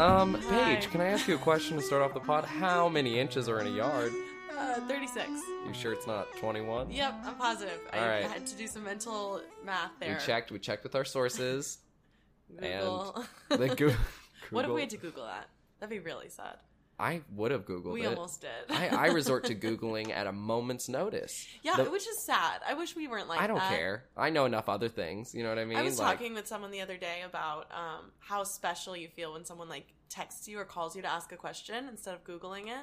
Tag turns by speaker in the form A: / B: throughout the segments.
A: Um, Paige, can I ask you a question to start off the pod? How many inches are in a yard?
B: Uh, 36.
A: You sure it's not 21?
B: Yep, I'm positive.
A: All
B: I
A: right.
B: had to do some mental math
A: We
B: there.
A: checked. We checked with our sources.
B: Google.
A: The Goo-
B: What if
A: Google-
B: we had to Google that? That'd be really sad.
A: I would have googled
B: we
A: it.
B: almost did.
A: I, I resort to googling at a moment's notice.
B: yeah,
A: the-
B: which is sad. I wish we weren't like
A: I don't
B: that.
A: care. I know enough other things. You know what I mean?
B: I was
A: Like,
B: talking with someone the other day about um, how special you feel when someone like texts you or calls you to ask a question instead of Googling it.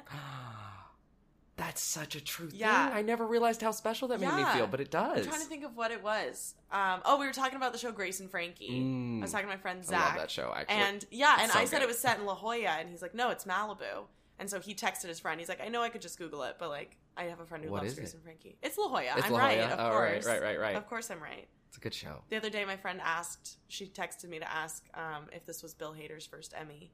A: That's such a true
B: Yeah.
A: thing. I never realized how special that made me
B: Yeah.
A: feel, but it does.
B: I'm trying to think of what it was. Um, oh, we were talking about the show Grace and Frankie.
A: Mm.
B: I was talking to my friend
A: I love
B: Zach.
A: that show. Actually,
B: And yeah, and
A: so
B: I said
A: good.
B: it was set in La Jolla, and he's like, no, it's Malibu. And so he texted his friend. He's like, I know I could just Google it, but like, I have a friend who
A: What
B: loves
A: is
B: Grace
A: it?
B: and Frankie. It's La Jolla.
A: it's
B: I'm
A: La
B: right,
A: Jolla?
B: of
A: Oh,
B: course.
A: right, right, right, right.
B: Of course, I'm right.
A: It's a good show.
B: The other day, my friend asked. She texted me to ask um, if this was Bill Hader's first Emmy.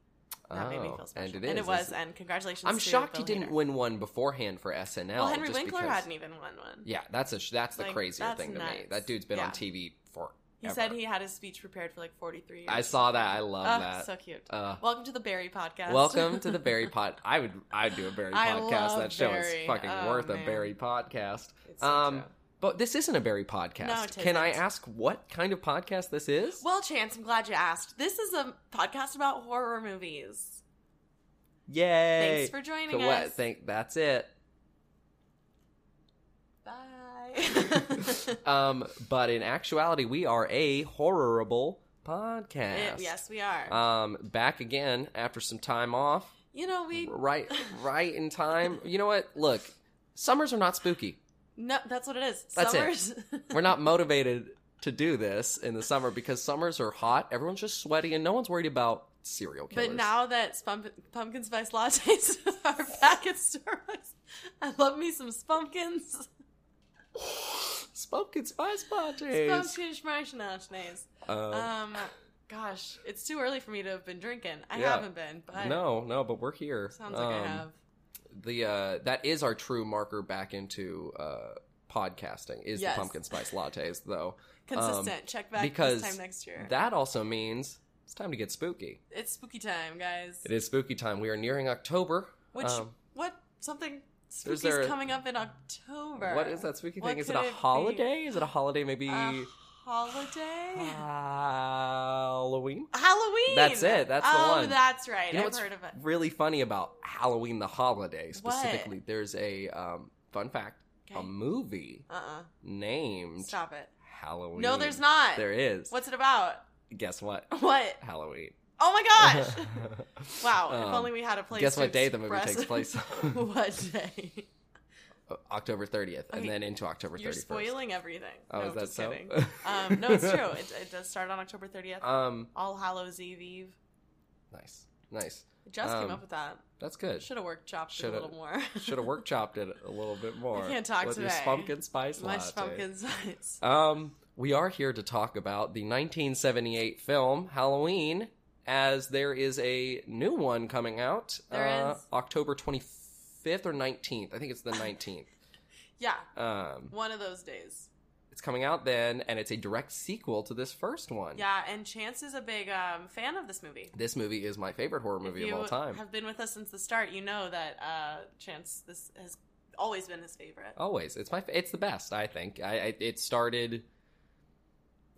B: That made me
A: Oh,
B: feel special.
A: and it is.
B: was.
A: It's-
B: And congratulations.
A: I'm
B: to
A: shocked
B: Bill
A: he didn't
B: Hader.
A: win one beforehand for SNL.
B: Well, Henry
A: just
B: Winkler
A: because-
B: hadn't even won one.
A: Yeah, that's a sh- that's the
B: Like,
A: crazier
B: that's
A: thing to me.
B: nuts.
A: That dude's been on
B: Yeah.
A: TV for.
B: He said he had his speech prepared for like 43 years.
A: I saw that. I love
B: Ugh,
A: that.
B: So cute.
A: Uh,
B: Welcome to the Barry podcast.
A: Welcome to the Barry Pod. I would I'd do a Barry
B: I
A: podcast.
B: love
A: That show
B: Barry.
A: is fucking
B: Oh,
A: worth a
B: man.
A: Barry podcast.
B: It's such
A: Um,
B: a-
A: but this isn't a Barry podcast.
B: No, it
A: Can I
B: isn't.
A: ask what kind of podcast this is?
B: Well, Chance, I'm glad you asked. This is a podcast about horror movies.
A: Yay!
B: Thanks for joining
A: So
B: us.
A: what? Thank. That's it.
B: Bye.
A: Um, but in actuality, we are a horrible podcast.
B: yes, we are.
A: Um, back again after some time off.
B: you know, we
A: Right, right in time. You know what? Look, summers are not spooky.
B: no. That's what it is.
A: That's it.
B: Summers.
A: We're not motivated to do this in the summer because summers are hot. Everyone's just sweaty, and no one's worried about serial killers.
B: But now that spump- pumpkin spice lattes are back at Starbucks, I love me some spunkins.
A: Spoken spice lattes.
B: Spunkin spice lattes.
A: Uh,
B: Um, gosh, it's too early for me to have been drinking. I
A: Yeah.
B: haven't been, but
A: no, no, but we're here.
B: sounds like
A: Um,
B: I have.
A: the uh that is our true marker back into uh podcasting is
B: Yes.
A: the pumpkin spice lattes though
B: Consistent. Check back
A: um, because
B: this time next year.
A: that also means it's time to get spooky
B: It's spooky time, guys.
A: it is spooky time we are nearing october
B: Which
A: Um,
B: what something spooky's
A: there a-
B: coming up in October?
A: what is that spooky
B: What
A: thing is it
B: could
A: a
B: be?
A: holiday is it a holiday maybe
B: A holiday?
A: halloween
B: Halloween.
A: That's it, that's the
B: oh,
A: one.
B: that's right.
A: you know
B: I've
A: what's
B: heard of it.
A: really funny about halloween the holiday
B: What?
A: specifically there's a um fun fact
B: Okay.
A: a movie
B: Uh uh
A: named
B: Stop it.
A: halloween
B: No, there's not.
A: there is
B: What's it about?
A: guess what
B: What?
A: Halloween.
B: Oh my gosh! wow.
A: Um,
B: if only we had a place.
A: guess
B: to
A: what day the movie
B: express-
A: takes place?
B: what day?
A: October 30th, and
B: Okay,
A: then into October 31st.
B: You're spoiling everything.
A: Oh,
B: no,
A: is that
B: just
A: so?
B: kidding. um, no, it's true. It, it does start on October 30th.
A: Um,
B: All Hallows Eve Eve.
A: nice, nice.
B: Just
A: Um,
B: came up with that.
A: That's good.
B: Should have worked chopped it a
A: Shoulda-
B: little more.
A: Should have workshopped it a little bit more.
B: I can't talk
A: with
B: today.
A: Your pumpkin spice
B: Much
A: latte.
B: pumpkin spice.
A: Um, we are here to talk about the 1978 film Halloween, as there is a new one coming out.
B: There
A: uh,
B: is.
A: October 25th or 19th. I think it's the 19th.
B: Yeah,
A: um,
B: one of those days.
A: it's coming out then, and it's a direct sequel to this first one.
B: Yeah, and Chance is a big um, fan of this movie.
A: This movie is my favorite horror movie
B: if you
A: of all time.
B: have been with us since the start, you know that uh, Chance this has always been his favorite.
A: Always, it's my fa- it's the best. I think I, I it started.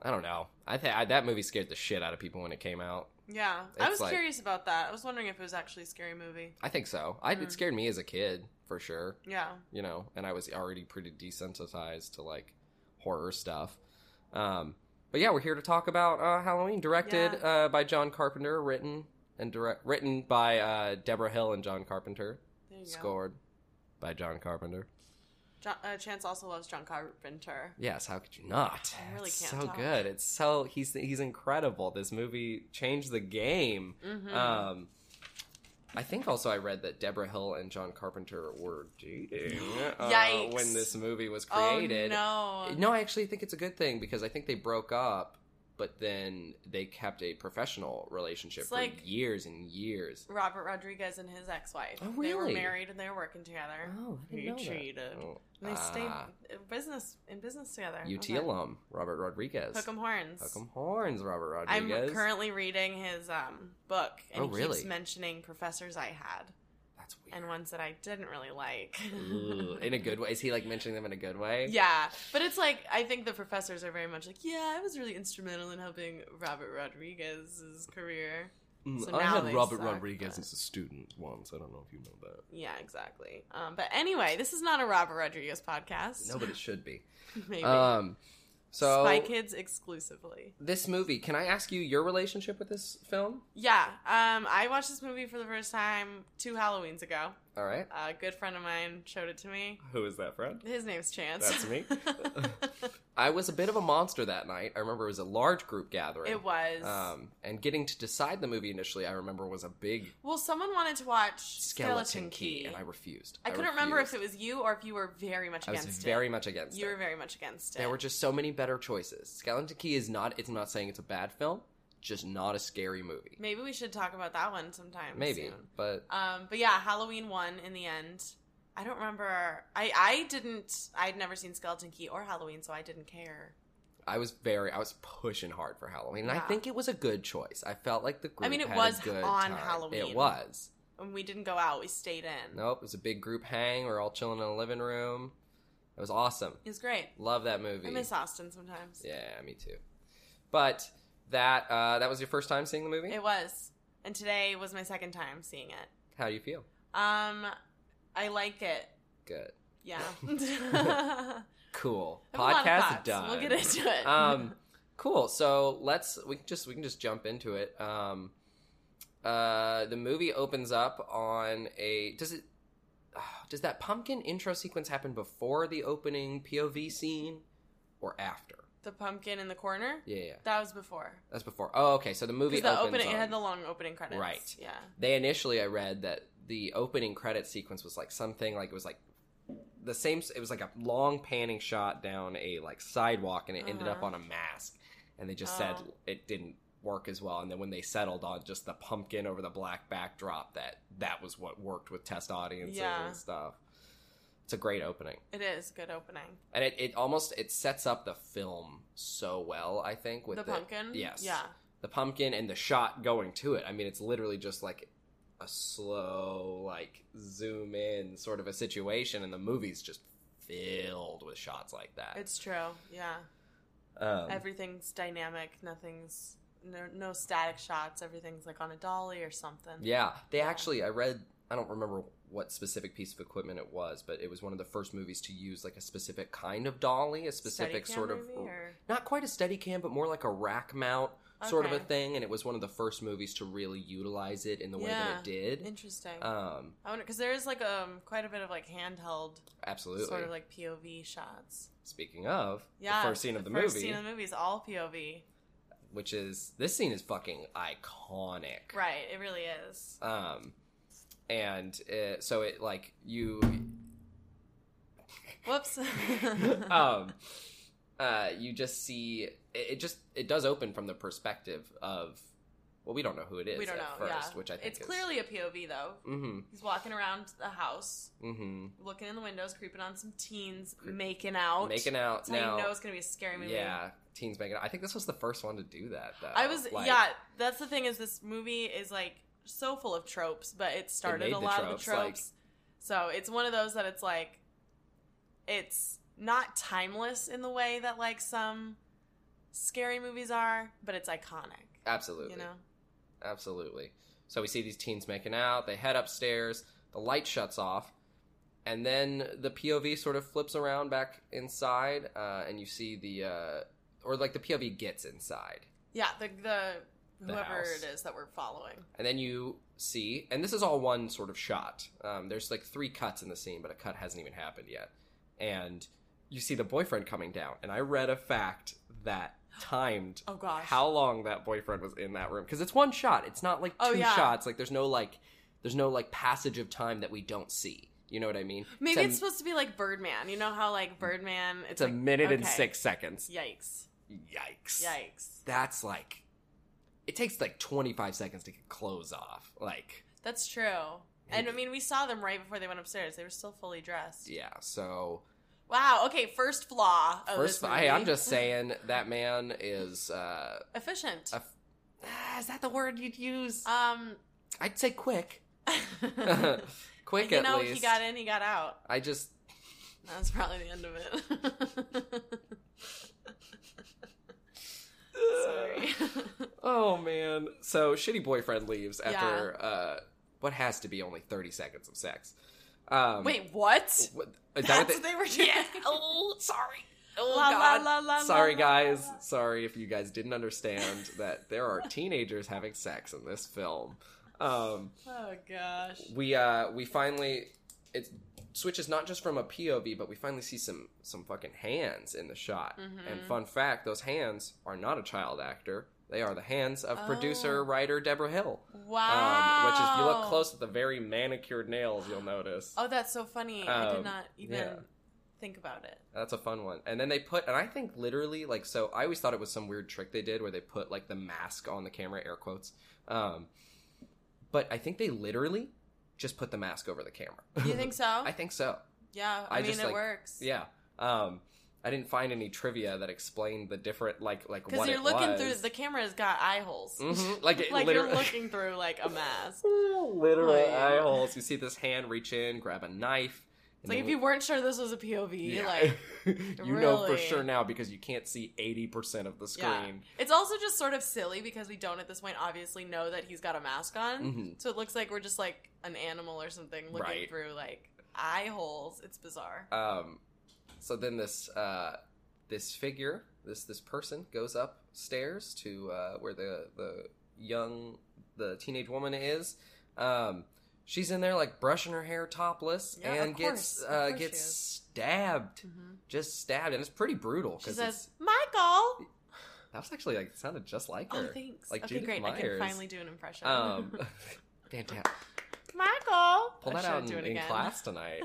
A: I don't know. I think that movie scared the shit out of people when it came out.
B: Yeah, I
A: It's
B: was
A: like-
B: curious about that. I was wondering if it was actually a scary movie.
A: I think so. I,
B: Mm.
A: It scared me as a kid for sure.
B: Yeah,
A: You know, and I was already pretty desensitized to like horror stuff. Um, but yeah, we're here to talk about uh, Halloween, directed
B: Yeah.
A: uh, by John Carpenter, written and direct written by uh, Deborah Hill and John Carpenter,
B: there you go.
A: scored by John Carpenter.
B: John, uh, Chance also loves John Carpenter.
A: Yes, how could you not?
B: I really
A: It's
B: can't
A: so
B: talk.
A: good. It's so he's he's incredible. This movie changed the game.
B: Mm-hmm.
A: Um, I think also I read that Deborah Hill and John Carpenter were dating uh,
B: Yikes.
A: when this movie was
B: oh
A: created.
B: no,
A: No, I actually think it's a good thing because I think they broke up, but then they kept a professional relationship
B: It's
A: for
B: like-
A: years and years.
B: Robert Rodriguez and his ex-wife.
A: Oh,
B: They were
A: really?
B: married and they were working together.
A: Oh, I
B: He
A: didn't know that.
B: cheated.
A: Oh,
B: And they
A: ah.
B: stayed. business in business together.
A: UT
B: Okay.
A: alum Robert Rodriguez.
B: Hook'em horns.
A: Hook'em horns, Robert
B: I'm
A: Rodriguez.
B: currently reading his um, book, and
A: Oh,
B: he keeps
A: really?
B: mentioning professors I had
A: That's weird.
B: and ones that I didn't really like.
A: Ooh, in a good way. Is he like mentioning them in a good way?
B: Yeah, but it's like I think the professors are very much like, yeah, I was really instrumental in helping Robert Rodriguez's career.
A: Mm,
B: So
A: I
B: now
A: had
B: they
A: Robert
B: suck,
A: Rodriguez
B: but-
A: as a student once. I don't know if you know that.
B: Yeah, exactly. Um, but anyway, this is not a Robert Rodriguez podcast.
A: No, but it should be.
B: maybe
A: Um, so
B: Spy Kids exclusively.
A: this movie. Can I ask you your relationship with this film?
B: Yeah, um, I watched this movie for the first time two Halloweens ago.
A: All right.
B: A good friend of mine showed it to me.
A: Who is that friend?
B: His name's Chance.
A: That's me. I was a bit of a monster that night. I remember it was a large group gathering.
B: it was.
A: Um, and getting to decide the movie initially, I remember was a big
B: well, someone wanted to watch
A: skeleton,
B: Skeleton,
A: key, and I refused.
B: I couldn't remember if
A: refused.
B: it was you or if you were very much
A: I was
B: against it.
A: very much against
B: you
A: it.
B: were very much against it.
A: There were just so many better choices. Skeleton Key is not. It's not saying it's a bad film. Just not a scary movie.
B: Maybe we should talk about that one sometime.
A: Maybe,
B: soon.
A: but
B: Um, but yeah, Halloween one in the end. I don't remember. I I didn't. I'd never seen Skeleton Key or Halloween, so I didn't care.
A: I was very. I was pushing hard for Halloween, and I
B: Yeah.
A: think it was a good choice. I felt like the group.
B: mean, it
A: had
B: was
A: a good
B: on
A: time.
B: Halloween.
A: It was.
B: And we didn't go out. We stayed in.
A: Nope, it was a big group hang. We were all chilling in a living room. It was awesome.
B: It was great.
A: Love that movie.
B: I miss Austin sometimes.
A: Yeah, me too. But that uh, that was your first time seeing the movie.
B: It was. And today was my second time seeing it.
A: How do you feel?
B: Um, I like it.
A: Good.
B: Yeah.
A: Cool.
B: I have a lot of
A: Podcast
B: thoughts.
A: done.
B: We'll get into it.
A: um, cool. So let's we can just we can just jump into it. Um, uh, the movie opens up on a does it ah, does that pumpkin intro sequence happen before the opening POV scene or after?
B: the pumpkin in the corner.
A: Yeah, yeah,
B: That was before.
A: that's before. Oh, okay. So the movie
B: Because the
A: opens
B: opening, it
A: on-
B: had the long opening credits.
A: Right.
B: Yeah.
A: they initially I read that the opening credit sequence was like something like it was like the same it was like a long panning shot down a like sidewalk and it ended up
B: Uh-huh.
A: on a mask and they just said
B: Oh.
A: it didn't work as well and then when they settled on just the pumpkin over the black backdrop that that was what worked with test audiences
B: Yeah.
A: and stuff it's a great opening
B: It is good opening.
A: and it, it almost it sets up the film so well i think with
B: the, pumpkin.
A: yes
B: Yeah.
A: the pumpkin and the shot going to it. I mean, it's literally just like a slow, like zoom in sort of a situation, and the movie's just filled with shots like that.
B: It's true. Yeah.
A: um,
B: Everything's dynamic. Nothing's no, no static shots. Everything's like on a dolly or something.
A: yeah. They
B: Yeah.
A: actually, I read, I don't remember what specific piece of equipment it was, but it was one of the first movies to use like a specific kind of dolly, a specific
B: Steadicam
A: sort of
B: maybe, or-
A: not quite a steady cam, but more like a rack mount sort of a
B: Okay.
A: thing. And it was one of the first movies to really utilize it in the way that
B: Yeah.
A: it did.
B: Interesting.
A: Um,
B: I wonder because there is like um quite a bit of like handheld
A: absolutely.
B: sort of like POV shots.
A: Speaking of,
B: Yeah,
A: the first scene of the
B: first
A: movie,
B: scene of the movie is all POV.
A: which is this scene is fucking iconic.
B: Right. It really is.
A: Um, and uh so it like you,
B: Whoops.
A: Oh, um, uh, you just see it, it. Just it does open from the perspective of well, we don't know who it is
B: we don't know.
A: at first,
B: yeah.
A: which I think
B: it's clearly a POV though.
A: Mm-hmm.
B: He's walking around the house,
A: Mm-hmm.
B: looking in the windows, creeping on some teens, making out.
A: Making out
B: That's
A: now.
B: how you know it's gonna be a scary movie.
A: yeah, teens making out. I think this was the first one to do that. Though.
B: I was
A: Like,
B: yeah. That's the thing is this movie is like so full of tropes, but it started
A: made the
B: a lot of the
A: tropes, like-
B: tropes. so it's one of those that it's like it's not timeless in the way that like some scary movies are, but it's iconic.
A: absolutely.
B: You know,
A: Absolutely. So we see these teens making out. They head upstairs. The light shuts off. And then the POV sort of flips around back inside. Uh, and you see the. Uh, or like the POV gets inside.
B: yeah. The the
A: The
B: whoever
A: house.
B: it is that we're following.
A: And then you see. And this is all one sort of shot. Um, there's like three cuts in the scene, but a cut hasn't even happened yet. And you see the boyfriend coming down. And I read a fact that timed
B: Oh gosh.
A: how long that boyfriend was in that room because it's one shot it's not like two
B: Oh, yeah.
A: shots like there's no like there's no like passage of time that we don't see you know what i mean
B: Maybe
A: a-
B: it's supposed to be like Birdman. You know how like Birdman. It's,
A: it's a
B: like-
A: minute and
B: okay.
A: six seconds
B: Yikes!
A: yikes
B: Yikes!
A: that's like it takes like 25 seconds to get clothes off like
B: That's true. And I
A: Maybe.
B: mean, we saw them right before they went upstairs. They were still fully dressed.
A: yeah so
B: Wow. Okay. First flaw. Of
A: First,
B: Oh, this
A: hey,
B: movie.
A: I'm just saying that man is. Uh,
B: efficient.
A: a- ah, is that the word you'd use?
B: Um.
A: I'd say quick. quick
B: you
A: at
B: know,
A: least.
B: he got in. He got out.
A: I just
B: That's probably the end of it. Sorry.
A: Oh man. So shitty boyfriend leaves
B: Yeah.
A: after uh what has to be only 30 seconds of sex. Um
B: Wait. What?
A: what- is that
B: That's
A: what
B: what
A: they-
B: they were doing.
A: Oh, sorry. Oh
B: La, la,
A: god.
B: la, la,
A: sorry
B: la, la, la.
A: guys. Sorry if you guys didn't understand that there are teenagers having sex in this film. Um
B: Oh gosh.
A: we uh we finally it switches not just from a POV but we finally see some some fucking hands in the shot.
B: Mhm.
A: And fun fact, those hands are not a child actor. They are the hands of
B: Oh.
A: producer writer Deborah Hill.
B: Wow.
A: Um, which is, if you look close at the very manicured nails, you'll notice.
B: Oh, that's so funny. I
A: Um,
B: did not even
A: yeah.
B: think about it.
A: That's a fun one. And then they put, and I think literally, like, so I always thought it was some weird trick they did where they put, like, the mask on the camera, air quotes. Um, but I think they literally just put the mask over the camera.
B: You think so?
A: I think so.
B: yeah.
A: I
B: I, mean,
A: just,
B: it
A: like-
B: works.
A: Yeah. Um, I didn't find any trivia that explained the different, like, like
B: Because
A: what
B: you're
A: it
B: looking
A: was.
B: through the camera's got eye holes.
A: Mhm. Like, it
B: like
A: literally.
B: you're looking through like a mask.
A: Literal
B: Like-
A: eye holes. You see this hand reach in, grab a knife.
B: It's
A: and
B: like
A: then
B: if you weren't sure this was a POV, like
A: you know for
B: really.
A: sure now because you can't see 80% of the
B: Yeah.
A: screen.
B: it's also just sort of silly because we don't at this point obviously know that he's got a mask on.
A: Mhm.
B: So it looks like we're just like an animal or something looking
A: Right.
B: through like eye holes. It's bizarre.
A: Um, so then this uh, this figure, this this person goes upstairs to uh, where the the young the teenage woman is. Um, she's in there like brushing her hair topless
B: Yeah,
A: and
B: of
A: gets
B: course.
A: uh,
B: Of course she
A: gets
B: is.
A: stabbed, just stabbed, and it's pretty brutal
B: She
A: because
B: says, "Michael."
A: that was actually like sounded just like
B: Oh,
A: her.
B: thanks.
A: Like
B: okay,
A: Judith
B: great. I can
A: Myers.
B: finally do an impression.
A: um, damn, damn.
B: Michael,
A: Pull
B: I
A: that
B: should
A: out in,
B: do it
A: in
B: again.
A: class tonight.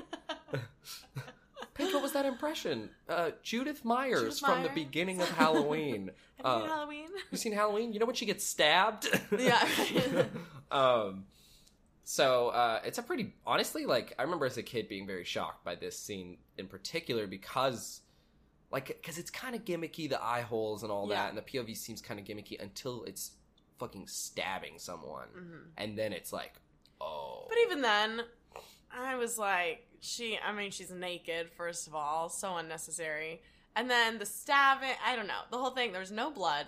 A: Pink, what was that impression? Uh, Judith Myers
B: Judith
A: from the
B: Myers?
A: beginning of Halloween.
B: Have you
A: Uh,
B: seen Halloween?
A: you seen Halloween? You know when she gets stabbed?
B: Yeah.
A: um, so uh, it's a pretty, honestly, like, I remember as a kid being very shocked by this scene in particular because. Like, because it's kind of gimmicky, the eye holes and all
B: Yeah.
A: that, and the POV seems kind of gimmicky until it's fucking stabbing someone,
B: Mhm.
A: and then it's like, oh,
B: But even then, I was like, she. I mean, she's naked. First of all, so unnecessary. And then the stabbing. I don't know. The whole thing. There's no blood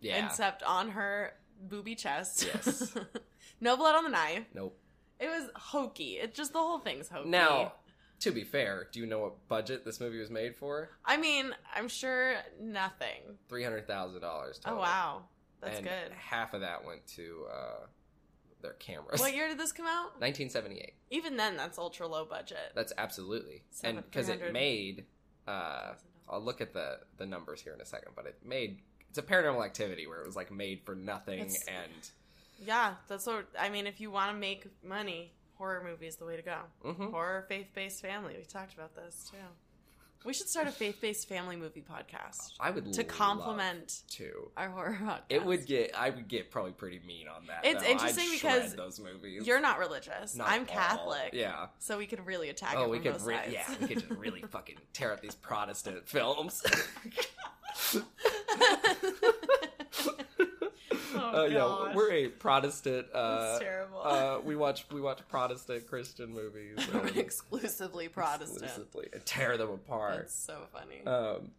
A: yeah,
B: except on her booby chest.
A: Yes.
B: no blood on the knife.
A: nope.
B: It was hokey. It just the whole thing's hokey.
A: Now, to be fair, do you know what budget this movie was made for?
B: I mean, I'm sure nothing.
A: Three hundred thousand dollars.
B: Oh wow, that's
A: and
B: good.
A: Half of that went to uh, their cameras.
B: What year did this come out?
A: Nineteen seventy-eight.
B: Even then, that's ultra low budget.
A: That's absolutely
B: Seven-
A: and because it
B: 300.
A: made. Uh, I'll look at the the numbers here in a second, but it made. It's a paranormal activity where it was like made for nothing,
B: It's-
A: and
B: Yeah, that's what I mean. If you want to make money, horror movie is the way to go.
A: Mhm.
B: Horror faith based family. We talked about this too. We should start a faith based family movie podcast
A: I would
B: to
A: love
B: complement
A: to.
B: our horror podcast.
A: It would get. I would get probably pretty mean on that.
B: It's
A: though. I'd
B: interesting
A: shred
B: because
A: those movies.
B: You're not religious.
A: Not
B: I'm
A: at all.
B: Catholic.
A: Yeah.
B: So we could really attack. it
A: Oh,
B: from
A: we could,
B: both
A: re-
B: sides.
A: yeah, we could just really fucking tear up these Protestant films.
B: Oh,
A: Uh, yeah,
B: gosh.
A: we're a Protestant. Uh,
B: That's terrible.
A: uh, we watch we watch Protestant Christian movies and
B: Exclusively Protestant.
A: exclusively and tear them apart.
B: That's so funny.
A: Um,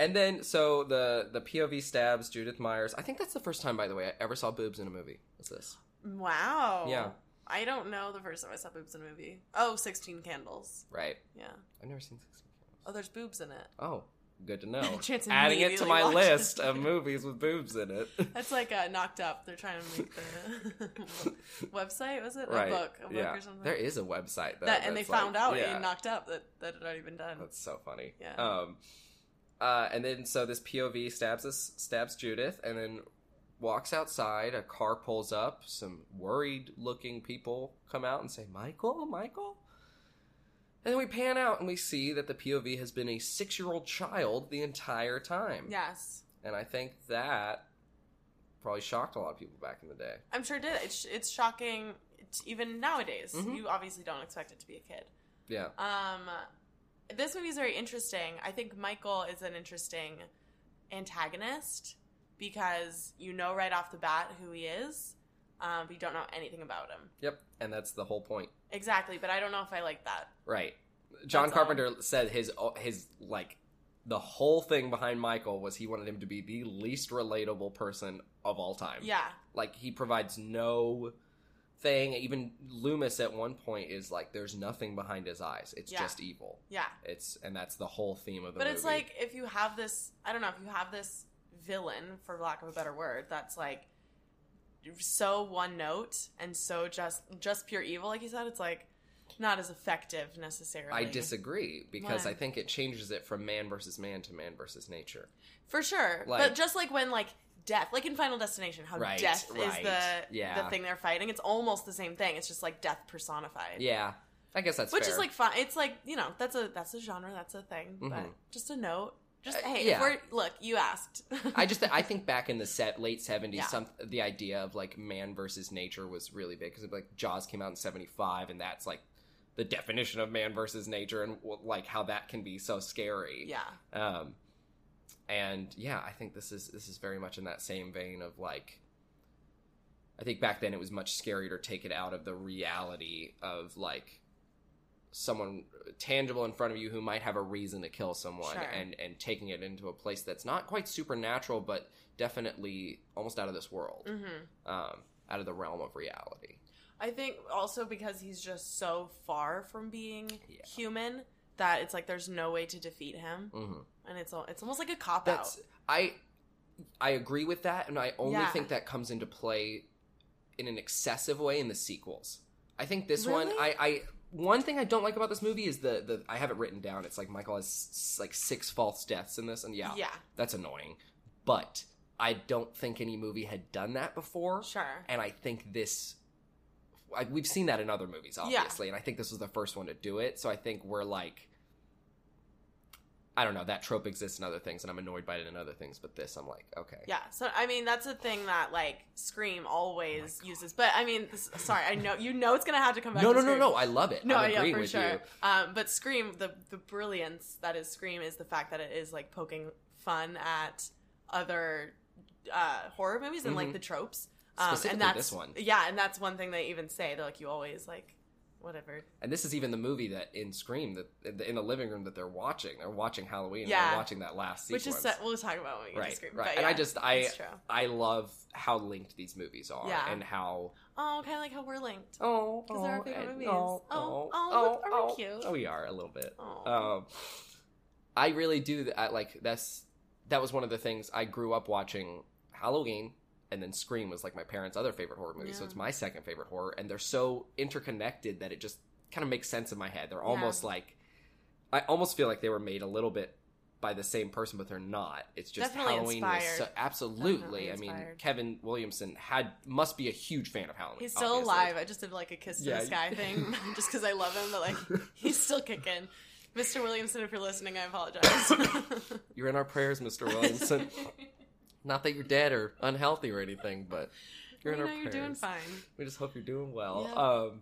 A: and then so the the POV stabs Judith Myers. I think that's the first time, by the way, I ever saw boobs in a movie. What's this?
B: wow.
A: yeah.
B: I don't know the first time I saw boobs in a movie. Oh, 16 Candles.
A: Right,
B: Yeah.
A: I've never seen Sixteen Candles.
B: Oh, there's boobs in it.
A: Oh, good to know.
B: Chance
A: Adding it to
B: immediately
A: my
B: watched
A: list
B: it.
A: of movies with boobs in it.
B: That's like uh, knocked up. They're trying to make the website. Was it
A: right.
B: a book? A book
A: yeah.
B: or something.
A: There is a website though,
B: that, and they
A: that's
B: found
A: like-
B: out
A: yeah.
B: in knocked up that that had already been done.
A: That's so funny.
B: Yeah.
A: Um, uh, and then so this POV stabs us, stabs Judith, and then walks outside. A car pulls up. Some worried looking people come out and say, "Michael, Michael." And then we pan out and we see that the POV has been a six year old child the entire time.
B: yes,
A: And I think that probably shocked a lot of people back in the day.
B: I'm sure it did. It's it's shocking t- even nowadays.
A: Mhm.
B: You obviously don't expect it to be a kid.
A: Yeah.
B: Um, this movie is very interesting. I think Michael is an interesting antagonist because you know right off the bat who he is, um, but you don't know anything about him.
A: Yep, and that's the whole point.
B: Exactly, but I don't know if I like that.
A: Right. John
B: That's all.
A: Carpenter said his his like the whole thing behind Michael was he wanted him to be the least relatable person of all time.
B: Yeah,
A: Like he provides no thing. Even Loomis at one point is like there's nothing behind his eyes. It's
B: Yeah.
A: just evil.
B: yeah.
A: It's and that's the whole theme of the
B: But
A: movie.
B: it's like if you have this, I don't know, if you have this villain, for lack of a better word, that's like so one note and so just just pure evil, like you said, it's like not as effective necessarily.
A: I disagree because
B: Why?
A: I think it changes it from man versus man to man versus nature.
B: For sure.
A: Like-
B: but just like when like death, like in Final Destination, how
A: Right,
B: death
A: right.
B: is the
A: Yeah.
B: the thing they're fighting. It's almost the same thing. It's just like death personified.
A: Yeah, I guess that's
B: Which
A: fair.
B: is like fun. It's like, you know, that's a that's a genre, that's a thing. But
A: Mhm.
B: just a note. Just
A: Uh,
B: hey,
A: yeah.
B: if we're look, you asked.
A: I just I think back in the set late seventies,
B: Yeah.
A: some the idea of like man versus nature was really big because like Jaws came out in seventy five, and that's like the definition of man versus nature, and w- like how that can be so scary.
B: yeah.
A: Um, and yeah, I think this is this is very much in that same vein of like. I think back then it was much scarier to take it out of the reality of like someone tangible in front of you who might have a reason to kill someone
B: Sure.
A: and and taking it into a place that's not quite supernatural but definitely almost out of this world
B: Mhm.
A: um out of the realm of reality
B: I think also because he's just so far from being
A: Yeah.
B: human that it's like there's no way to defeat him,
A: mm-hmm.
B: and it's al- it's almost like a cop out.
A: That's I I agree with that, and I only
B: Yeah.
A: think that comes into play in an excessive way in the sequels. I think this one,
B: Really?
A: I, I one thing I don't like about this movie is the the I have it written down. It's like Michael has s- like six false deaths in this, and yeah, that's annoying. But I don't think any movie had done that before,
B: sure.
A: and I think this. I, we've seen that in other movies,
B: Yeah.
A: obviously, and I think this was the first one to do it. So I think we're like, I don't know, that trope exists in other things, and I'm annoyed by it in other things. But this, I'm like, okay,
B: Yeah. So I mean, that's a thing that like Scream
A: Oh
B: always uses. But I mean, this, sorry, I know you know it's gonna have to come back.
A: no,
B: to
A: no, no,
B: Scream.
A: no, I love it.
B: No,
A: I'm
B: yeah,
A: agreeing
B: for
A: with
B: sure.
A: you.
B: Um, but Scream, the the brilliance that is Scream is the fact that it is like poking fun at other uh, horror movies and
A: Mhm.
B: like the tropes. Um,
A: Specifically
B: and that's
A: this one.
B: Yeah, and that's one thing they even say. They're like, you always like whatever.
A: And this is even the movie that in Scream that in the living room that they're watching, they're watching Halloween,
B: Yeah.
A: they're watching that last
B: Which
A: sequence,
B: is set, we'll talk about when we get
A: right,
B: to Scream.
A: right.
B: But
A: And I
B: yeah,
A: just, I,
B: it's true.
A: I love how linked these movies are,
B: Yeah.
A: and how
B: Oh, kind of like how we're linked.
A: oh,
B: Because they're our
A: oh,
B: favorite
A: and-
B: movies.
A: oh, oh,
B: Oh, oh,
A: oh,
B: look,
A: oh,
B: aren't we cute?
A: oh, we are a little bit.
B: Oh.
A: um, I really do. I, like that's that was one of the things I grew up watching Halloween, and then Scream was like my parents' other favorite horror movie, so
B: Yeah.
A: it's my second favorite horror, and they're so interconnected that it just kind of makes sense in my head. They're almost like I almost feel like they were made a little bit by the same person, but they're not. It's just
B: Definitely
A: Halloween was
B: inspired.
A: so, absolutely.
B: Definitely
A: I mean,
B: inspired.
A: Kevin Williamson had must be a huge fan of Halloween.
B: He's still
A: obviously.
B: alive. I just did like a kiss to
A: Yeah.
B: the sky thing, just because I love him. But like, he's still kicking. Mr. Williamson, if you're listening, I apologize.
A: You're in our prayers, Mr. Williamson. Not that you're dead or unhealthy or anything, but you're
B: we
A: in
B: know
A: our
B: you're
A: prayers.
B: doing fine.
A: We just hope you're doing well.
B: Yeah.
A: Um,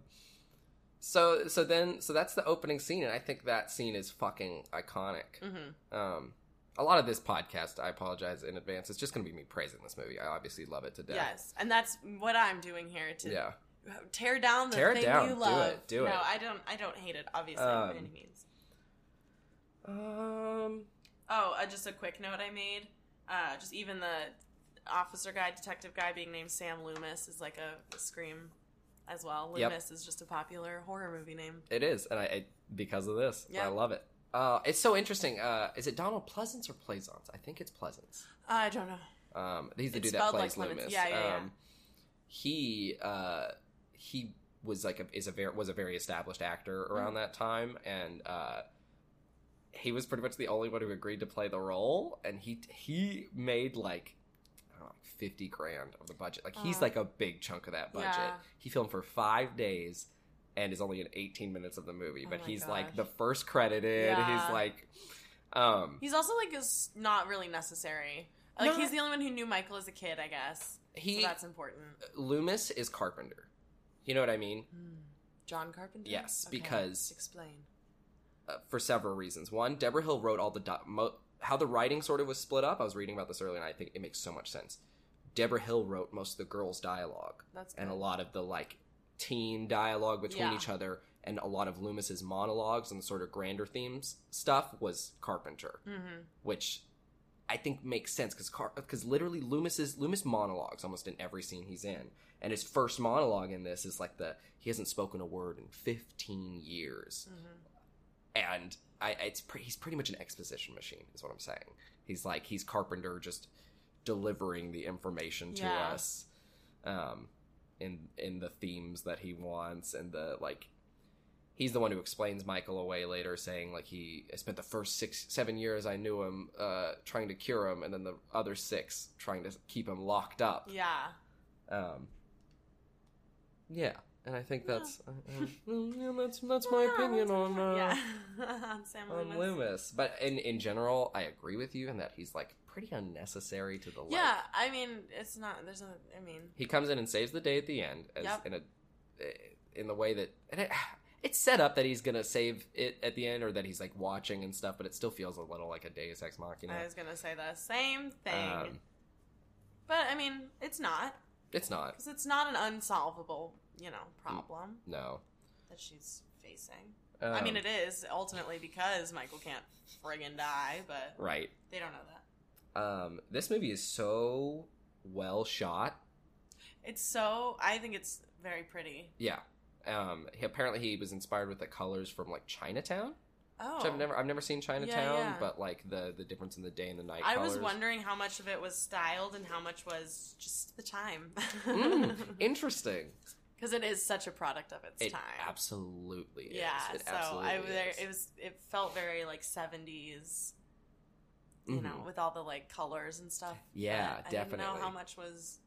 A: so so then so that's the opening scene, and I think that scene is fucking iconic.
B: Mhm.
A: Um, a lot of this podcast, I apologize in advance. It's just going to be me praising this movie. I obviously love it to death.
B: Yes, and that's what I'm doing here to
A: Yeah.
B: tear down the
A: Tear it
B: thing
A: down.
B: you
A: Do
B: love.
A: it. Do
B: no,
A: it.
B: I don't. I don't hate it, obviously, by
A: Um,
B: any means.
A: Um.
B: Oh, uh, just a quick note I made. Uh, just even the officer guy, detective guy being named Sam Loomis is like a scream as well.
A: Yep.
B: Loomis is just a popular horror movie name.
A: It is, and I, I because of this,
B: Yeah.
A: I love it. Uh, it's so interesting. Uh, is it Donald Pleasance or Plaisance? I think it's Pleasance.
B: I don't know.
A: Um, he's the
B: It's
A: dude that
B: spelled
A: plays
B: like lemons.
A: Loomis.
B: Yeah, yeah, yeah.
A: Um, he uh, he was like a, is a very was a very established actor
B: Mm-hmm.
A: around that time, and uh, he was pretty much the only one who agreed to play the role, and he he made like. I don't know, like Fifty grand of the budget, like he's
B: Aw.
A: like a big chunk of that budget.
B: Uh-huh. Yeah.
A: He filmed for five days, and is only in eighteen minutes of the movie.
B: Oh
A: But
B: my
A: he's
B: gosh.
A: like the first credited.
B: Yeah.
A: He's like, um,
B: He's also like is not really necessary. Like
A: No.
B: he's the only one who knew Michael as a kid, I guess.
A: he
B: so that's important.
A: Loomis is Carpenter. You know what I mean?
B: Hmm. John Carpenter.
A: Yes,
B: Okay,
A: because-
B: explain.
A: uh, for several reasons. One, Deborah Hill wrote all the do- mo- how the writing sort of was split up. I was reading about this earlier, and I think it makes so much sense. Deborah Hill wrote most of the girls' dialogue
B: That's good.
A: and a lot of the like teen dialogue between
B: Yeah.
A: each other, and a lot of Loomis's monologues and sort of grander themes stuff was Carpenter,
B: Mm-hmm.
A: which I think makes sense because because literally Loomis's Loomis monologues almost in every scene he's in, and his first monologue in this is like the he hasn't spoken a word in fifteen years
B: Mm-hmm.
A: and I, it's pre- he's pretty much an exposition machine, is what I'm saying. He's like he's Carpenter, just delivering the information to
B: Yeah.
A: us, um, in in the themes that he wants, and the like. He's the one who explains Michael away later, saying like he I spent the first six seven years I knew him uh, trying to cure him, and then the other six trying to keep him locked up.
B: Yeah.
A: Um, yeah, and I think
B: Yeah.
A: that's uh, uh, yeah, that's that's my opinion on uh,
B: yeah. on Sam
A: on
B: Loomis.
A: Loomis. Um, But in in general, I agree with you in that he's like pretty unnecessary to the like.
B: Yeah, I mean, it's not. There's no. I mean,
A: He comes in and saves the day at the end as
B: Yep.
A: in a eh, in the way that and it, it's set up that he's gonna save it at the end or that he's like watching and stuff, but it still feels a little like a Deus Ex Machina.
B: I was gonna say the same thing,
A: Um,
B: but I mean, it's not
A: it's not.
B: because it's not an unsolvable, you know, problem
A: No.
B: that she's facing.
A: Um,
B: I mean, it is ultimately because Michael can't friggin' die, but
A: right.
B: they don't know that.
A: Um, this movie is so well shot
B: It's so. I think it's very pretty.
A: Yeah. Um, he, apparently he was inspired with the colors from like Chinatown,
B: Oh,
A: which I've never I've never seen Chinatown,
B: yeah.
A: but like the the difference in the day and the night.
B: I
A: colors.
B: was wondering how much of it was styled and how much was just the time,
A: Mm, interesting.
B: because it is such a product of its
A: It
B: time.
A: absolutely is.
B: yeah,
A: It
B: so I
A: absolutely
B: there,
A: is.
B: it was it felt very like seventies, you
A: Mhm.
B: know, with all the like colors and stuff.
A: Yeah,
B: But I didn't
A: definitely.
B: know how much was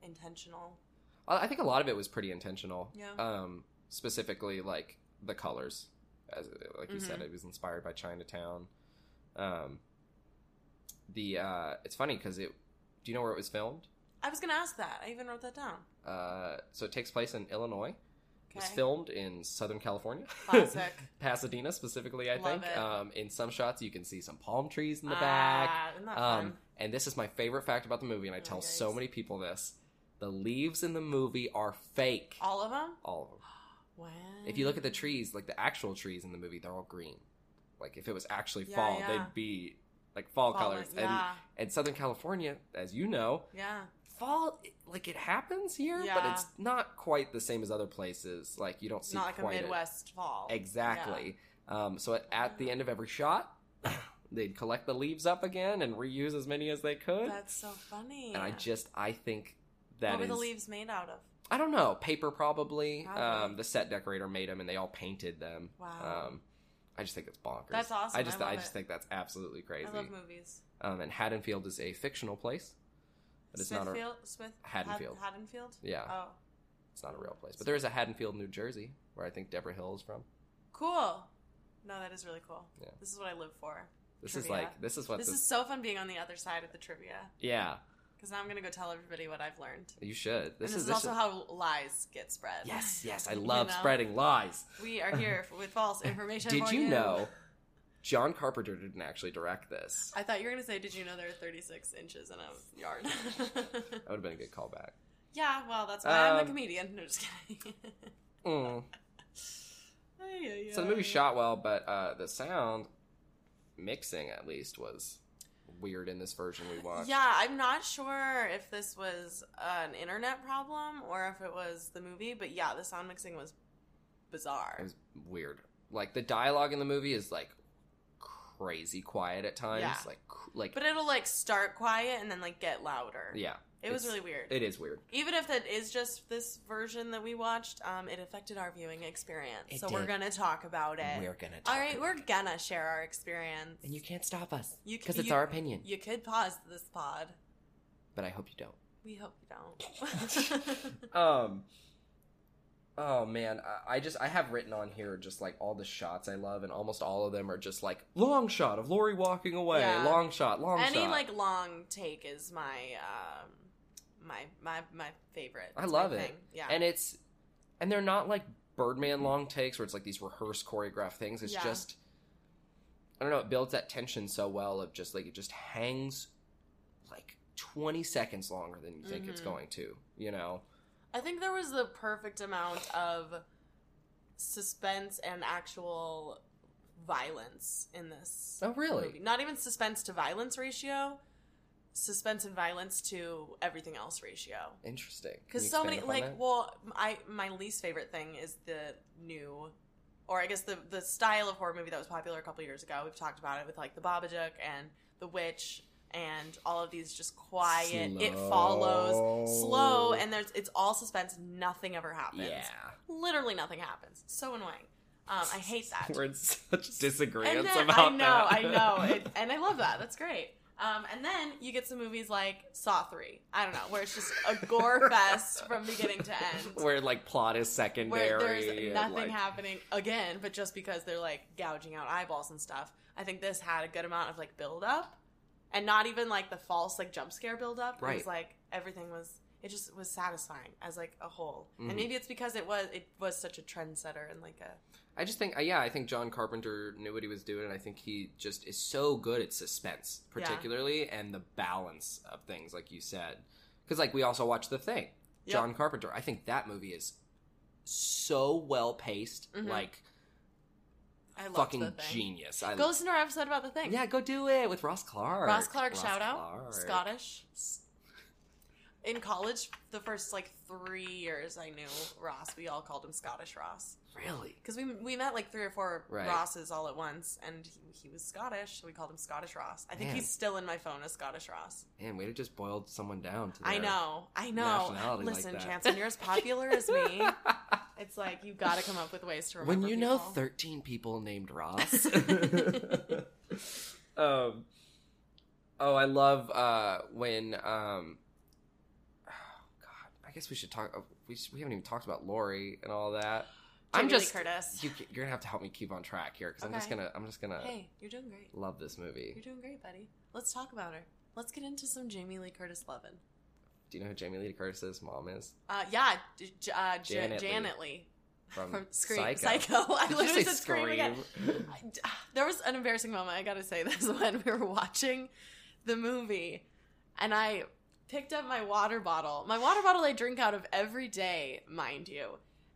B: intentional.
A: I I think a lot of it was pretty intentional.
B: Yeah.
A: Um, specifically like the colors, as like you said,
B: Mhm.
A: it was inspired by Chinatown. Um, the uh, it's funny because it. Do you know where it was filmed?
B: I was gonna ask that. I even wrote that down.
A: Uh, so it takes place in Illinois. It was
B: Okay.
A: filmed in Southern California.
B: Classic.
A: Pasadena specifically, I
B: Love
A: think.
B: it.
A: Um, in some shots, you can see some palm trees in the back.
B: Ah, isn't that
A: Um,
B: fun?
A: and this is my favorite fact about the movie, and I
B: Oh,
A: tell so
B: yikes.
A: many people this: the leaves in the movie are fake.
B: All of them.
A: All of them.
B: Wow.
A: If you look at the trees, like the actual trees in the movie, they're all green. Like if it was actually
B: Yeah,
A: fall,
B: yeah.
A: they'd be like fall,
B: Fall-
A: colors.
B: yeah,
A: And, and Southern California, as you know,
B: yeah.
A: fall like it happens here, but
B: Yeah.
A: it's not quite the same as other places. Like you don't
B: It's
A: see
B: not like a
A: quite it.
B: Midwest fall.
A: Exactly. Um, so at, at the end of every shot, they'd collect the leaves up again and reuse as many as they could.
B: That's so funny.
A: and I just, I think
B: what
A: that
B: were
A: is.
B: the leaves made out of?
A: I don't know. Paper probably.
B: Probably.
A: Um, the set decorator made them, and they all painted them.
B: Wow.
A: Um, I just think it's bonkers.
B: That's awesome.
A: I just,
B: I love
A: just
B: it.
A: think that's absolutely crazy.
B: I love movies.
A: um, and Haddonfield is a fictional place, but it's not a.
B: Smithfield, Smith
A: Haddonfield.
B: Had- Haddonfield.
A: Yeah,
B: Oh,
A: it's not a real place, but there is a Haddonfield, New Jersey, where I think Deborah Hill is from.
B: cool. No, that is really cool.
A: Yeah.
B: This is what I live for.
A: This is
B: Trivia.
A: like this is what
B: this
A: this.
B: is so fun being on the other side of the trivia
A: yeah,
B: because now I'm gonna go tell everybody what I've learned.
A: you should. This
B: and this is,
A: this
B: also how lies get spread.
A: Yes, yes, I
B: You
A: love
B: know?
A: spreading lies.
B: We are here with false information.
A: Did
B: for
A: you know John Carpenter didn't actually direct this?
B: I thought you were gonna say, "Did you know there are 36 inches in a yard?"
A: That would have been a good callback.
B: yeah, well, that's why I'm
A: Um,
B: a comedian. No, just kidding.
A: Mm.
B: Ay, ay,
A: So the
B: ay.
A: movie shot well, but uh, the sound mixing at least was weird in this version we watched.
B: Yeah, I'm not sure if this was an internet problem or if it was the movie, but yeah, the sound mixing was bizarre.
A: It was weird. Like the dialogue in the movie is like crazy quiet at times.
B: Yeah.
A: Like cr- like
B: But it'll like start quiet and then like get louder.
A: yeah,
B: it was
A: it's-
B: really weird.
A: it is weird.
B: Even if that is just this version that we watched, um, it affected our viewing experience.
A: It
B: so we're
A: did.
B: gonna talk about it.
A: We're gonna talk
B: All right,
A: about
B: we're
A: it.
B: gonna share our experience.
A: and you can't stop us
B: You c-
A: because it's
B: you-
A: our opinion.
B: you could pause this pod.
A: But I hope you don't.
B: We hope you don't.
A: um oh man I, I just i have written on here just like all the shots i love and almost all of them are just like long shot of lori walking away
B: Yeah.
A: long shot long
B: Any
A: shot
B: like long take is my um my my my favorite.
A: I
B: It's
A: love
B: my
A: it.
B: thing. Yeah.
A: and it's and they're not like birdman long takes where it's like these rehearsed choreographed things it's
B: Yeah.
A: just I don't know. It builds that tension so well of just like it just hangs like twenty seconds longer than you think it's
B: Mhm.
A: going to. You know,
B: I think there was the perfect amount of suspense and actual violence in this.
A: Oh, really?
B: movie. Not even suspense to violence ratio, suspense and violence to everything else ratio.
A: interesting. Can
B: Because
A: you
B: so
A: expand
B: many,
A: upon
B: like,
A: that?
B: well, I my least favorite thing is the new, or I guess the the style of horror movie that was popular a couple years ago. We've talked about it with like the Babadook and the Witch and all of these just quiet. It follows slow,
A: Slow.
B: and there's it's all suspense. Nothing ever happens.
A: yeah,
B: literally nothing happens. So annoying. Um, I hate that.
A: we're in such disagreement
B: And then,
A: about
B: I know,
A: that.
B: I know, it, and I love that. That's great. Um, and then you get some movies like Saw Three. I don't know, where it's just a gore fest from beginning to end,
A: where like plot is secondary.
B: where there's
A: and,
B: nothing
A: like,
B: happening again, but just because they're like gouging out eyeballs and stuff. I think this had a good amount of like build up, and not even like the false like jump scare build up. It was
A: Right.
B: like everything was. It just was satisfying as like a whole,
A: Mhm.
B: and maybe it's because it was it was such a trendsetter and like a
A: I just think, uh, yeah, I think John Carpenter knew what he was doing, and I think he just is so good at suspense,
B: Yeah.
A: particularly, and the balance of things, like you said. Because, like, we also watched The Thing,
B: Yep.
A: John Carpenter. I think that movie is so well paced,
B: Mhm.
A: like,
B: I loved the
A: fucking
B: thing.
A: genius. I
B: Go listen to our episode about the thing.
A: Yeah, go do it with Ross Clark.
B: Ross Clark, shout out.
A: Clark.
B: Scottish. In college, the first like three years I knew Ross, we all called him Scottish Ross.
A: Really?
B: Because we, we met like three or four
A: Right.
B: Rosses all at once, and he, he was Scottish, so we called him Scottish Ross. I think
A: Man.
B: he's still in my phone as Scottish Ross.
A: Man, we'd have just boiled someone down to
B: I
A: their-
B: know, I know.
A: nationality like
B: Listen,
A: that.
B: Chance, when you're as popular as me, it's like you've got to come up with ways to remember.
A: when you know
B: people.
A: 13 people named ross um oh i love uh when um oh god i guess we should talk oh, we, sh- we haven't even talked about lori and all that i'm
B: Jamie Lee
A: just
B: Curtis.
A: you, uh, you're gonna have to help me keep on track here because i'm just
B: Okay.
A: gonna i'm just gonna
B: hey, you're doing great.
A: love this movie
B: You're doing great, buddy. Let's talk about her. Let's get into some Jamie Lee Curtis lovin'.
A: do you know who jamie lee curtis's mom is
B: Uh, yeah, d- j- uh, J- Janet,
A: Janet
B: Lee.
A: Leigh.
B: from,
A: from,
B: Scream. Psycho.
A: psycho,
B: I
A: Did you
B: literally
A: say
B: said Scream again.
A: Scream?
B: I- d- There was an embarrassing moment. I gotta say this when we were watching the movie, and I picked up my water bottle. My water bottle I drink out of every day, mind you.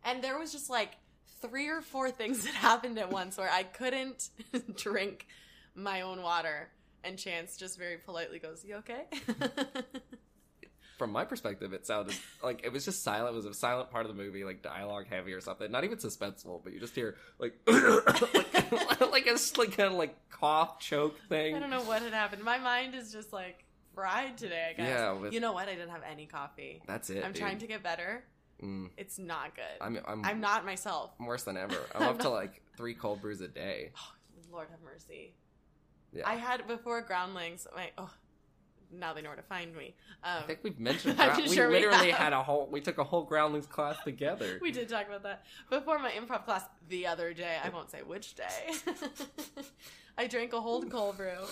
B: And there was just like three or four things that happened at once where I couldn't drink my own water. And Chance just very politely goes, "You okay?"
A: from my perspective, it sounded like it was just silent. It was a silent part of the movie, like dialogue heavy or something. Not even suspenseful, but you just hear like like, like a like kind of like cough choke thing.
B: I don't know what had happened. My mind is just like fried today, I guess.
A: Yeah, with-
B: you know what? I didn't have any coffee.
A: That's it.
B: I'm
A: dude.
B: trying to get better.
A: Mm.
B: It's not good. I'm,
A: I'm I'm
B: not myself.
A: I'm worse than ever. I'm
B: I'm
A: up to
B: not-
A: like three cold brews a day.
B: Oh, Lord have mercy.
A: Yeah.
B: I had before groundlings, my oh now they know where to find me. Um,
A: I think we've mentioned
B: I'm
A: ground- we
B: sure we
A: literally
B: have.
A: had a whole we took a whole groundlings class together.
B: we did talk about that before my improv class the other day. I won't say which day. I drank a whole cold brew,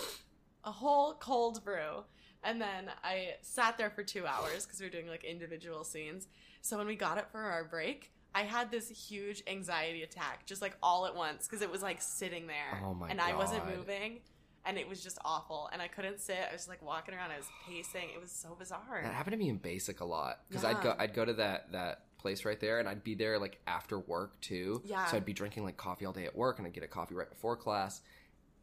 B: a whole cold brew, and then I sat there for two hours because we were doing like individual scenes. So when we got it for our break, I had this huge anxiety attack just like all at once because it was like sitting there
A: Oh my
B: and I wasn't
A: God.
B: moving. And it was just awful, and I couldn't sit. I was like walking around. I was pacing. It was so bizarre.
A: That happened to me in basic a lot because
B: Yeah.
A: I'd go I'd go to that that place right there and I'd be there like after work too.
B: Yeah.
A: So I'd be drinking like coffee all day at work and I'd get a coffee right before class,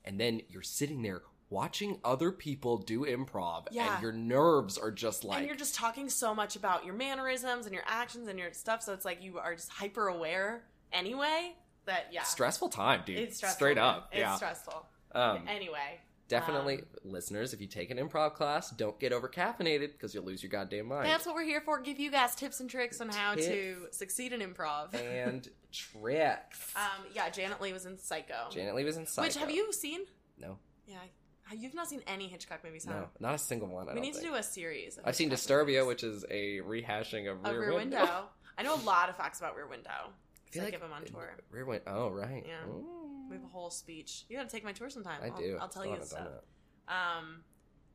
A: and then you're sitting there watching other people do improv
B: Yeah.
A: and your nerves are just like
B: and you're just talking so much about your mannerisms and your actions and your stuff so it's like you are just hyper aware anyway that yeah
A: stressful time, dude.
B: it's stressful
A: Straight
B: man.
A: up,
B: it's
A: yeah.
B: stressful
A: um,
B: anyway
A: definitely,
B: um,
A: listeners, if you take an improv class, don't get over caffeinated because you'll lose your goddamn mind.
B: that's what we're here for give you guys tips and tricks on how to
A: Tips.
B: succeed in improv
A: and tricks.
B: um yeah janet lee was in psycho
A: Janet Lee was in Psycho.
B: which have you seen
A: No,
B: yeah I- you've not seen any hitchcock movies huh
A: no, not a single one. I
B: we
A: don't
B: need
A: think.
B: to do a series of
A: I've seen
B: Hitchcock
A: Disturbia,
B: movies.
A: which is a rehashing of
B: Of
A: Rear,
B: rear window, i know a lot of facts about rear window because
A: feel
B: i,
A: like
B: give them on tour
A: Rear Window. Oh, right.
B: Yeah.
A: Ooh.
B: we have a whole speech you gotta take my tour sometime
A: I
B: I'll-
A: do.
B: i'll tell
A: Still
B: you
A: haven't
B: stuff
A: done that.
B: Um,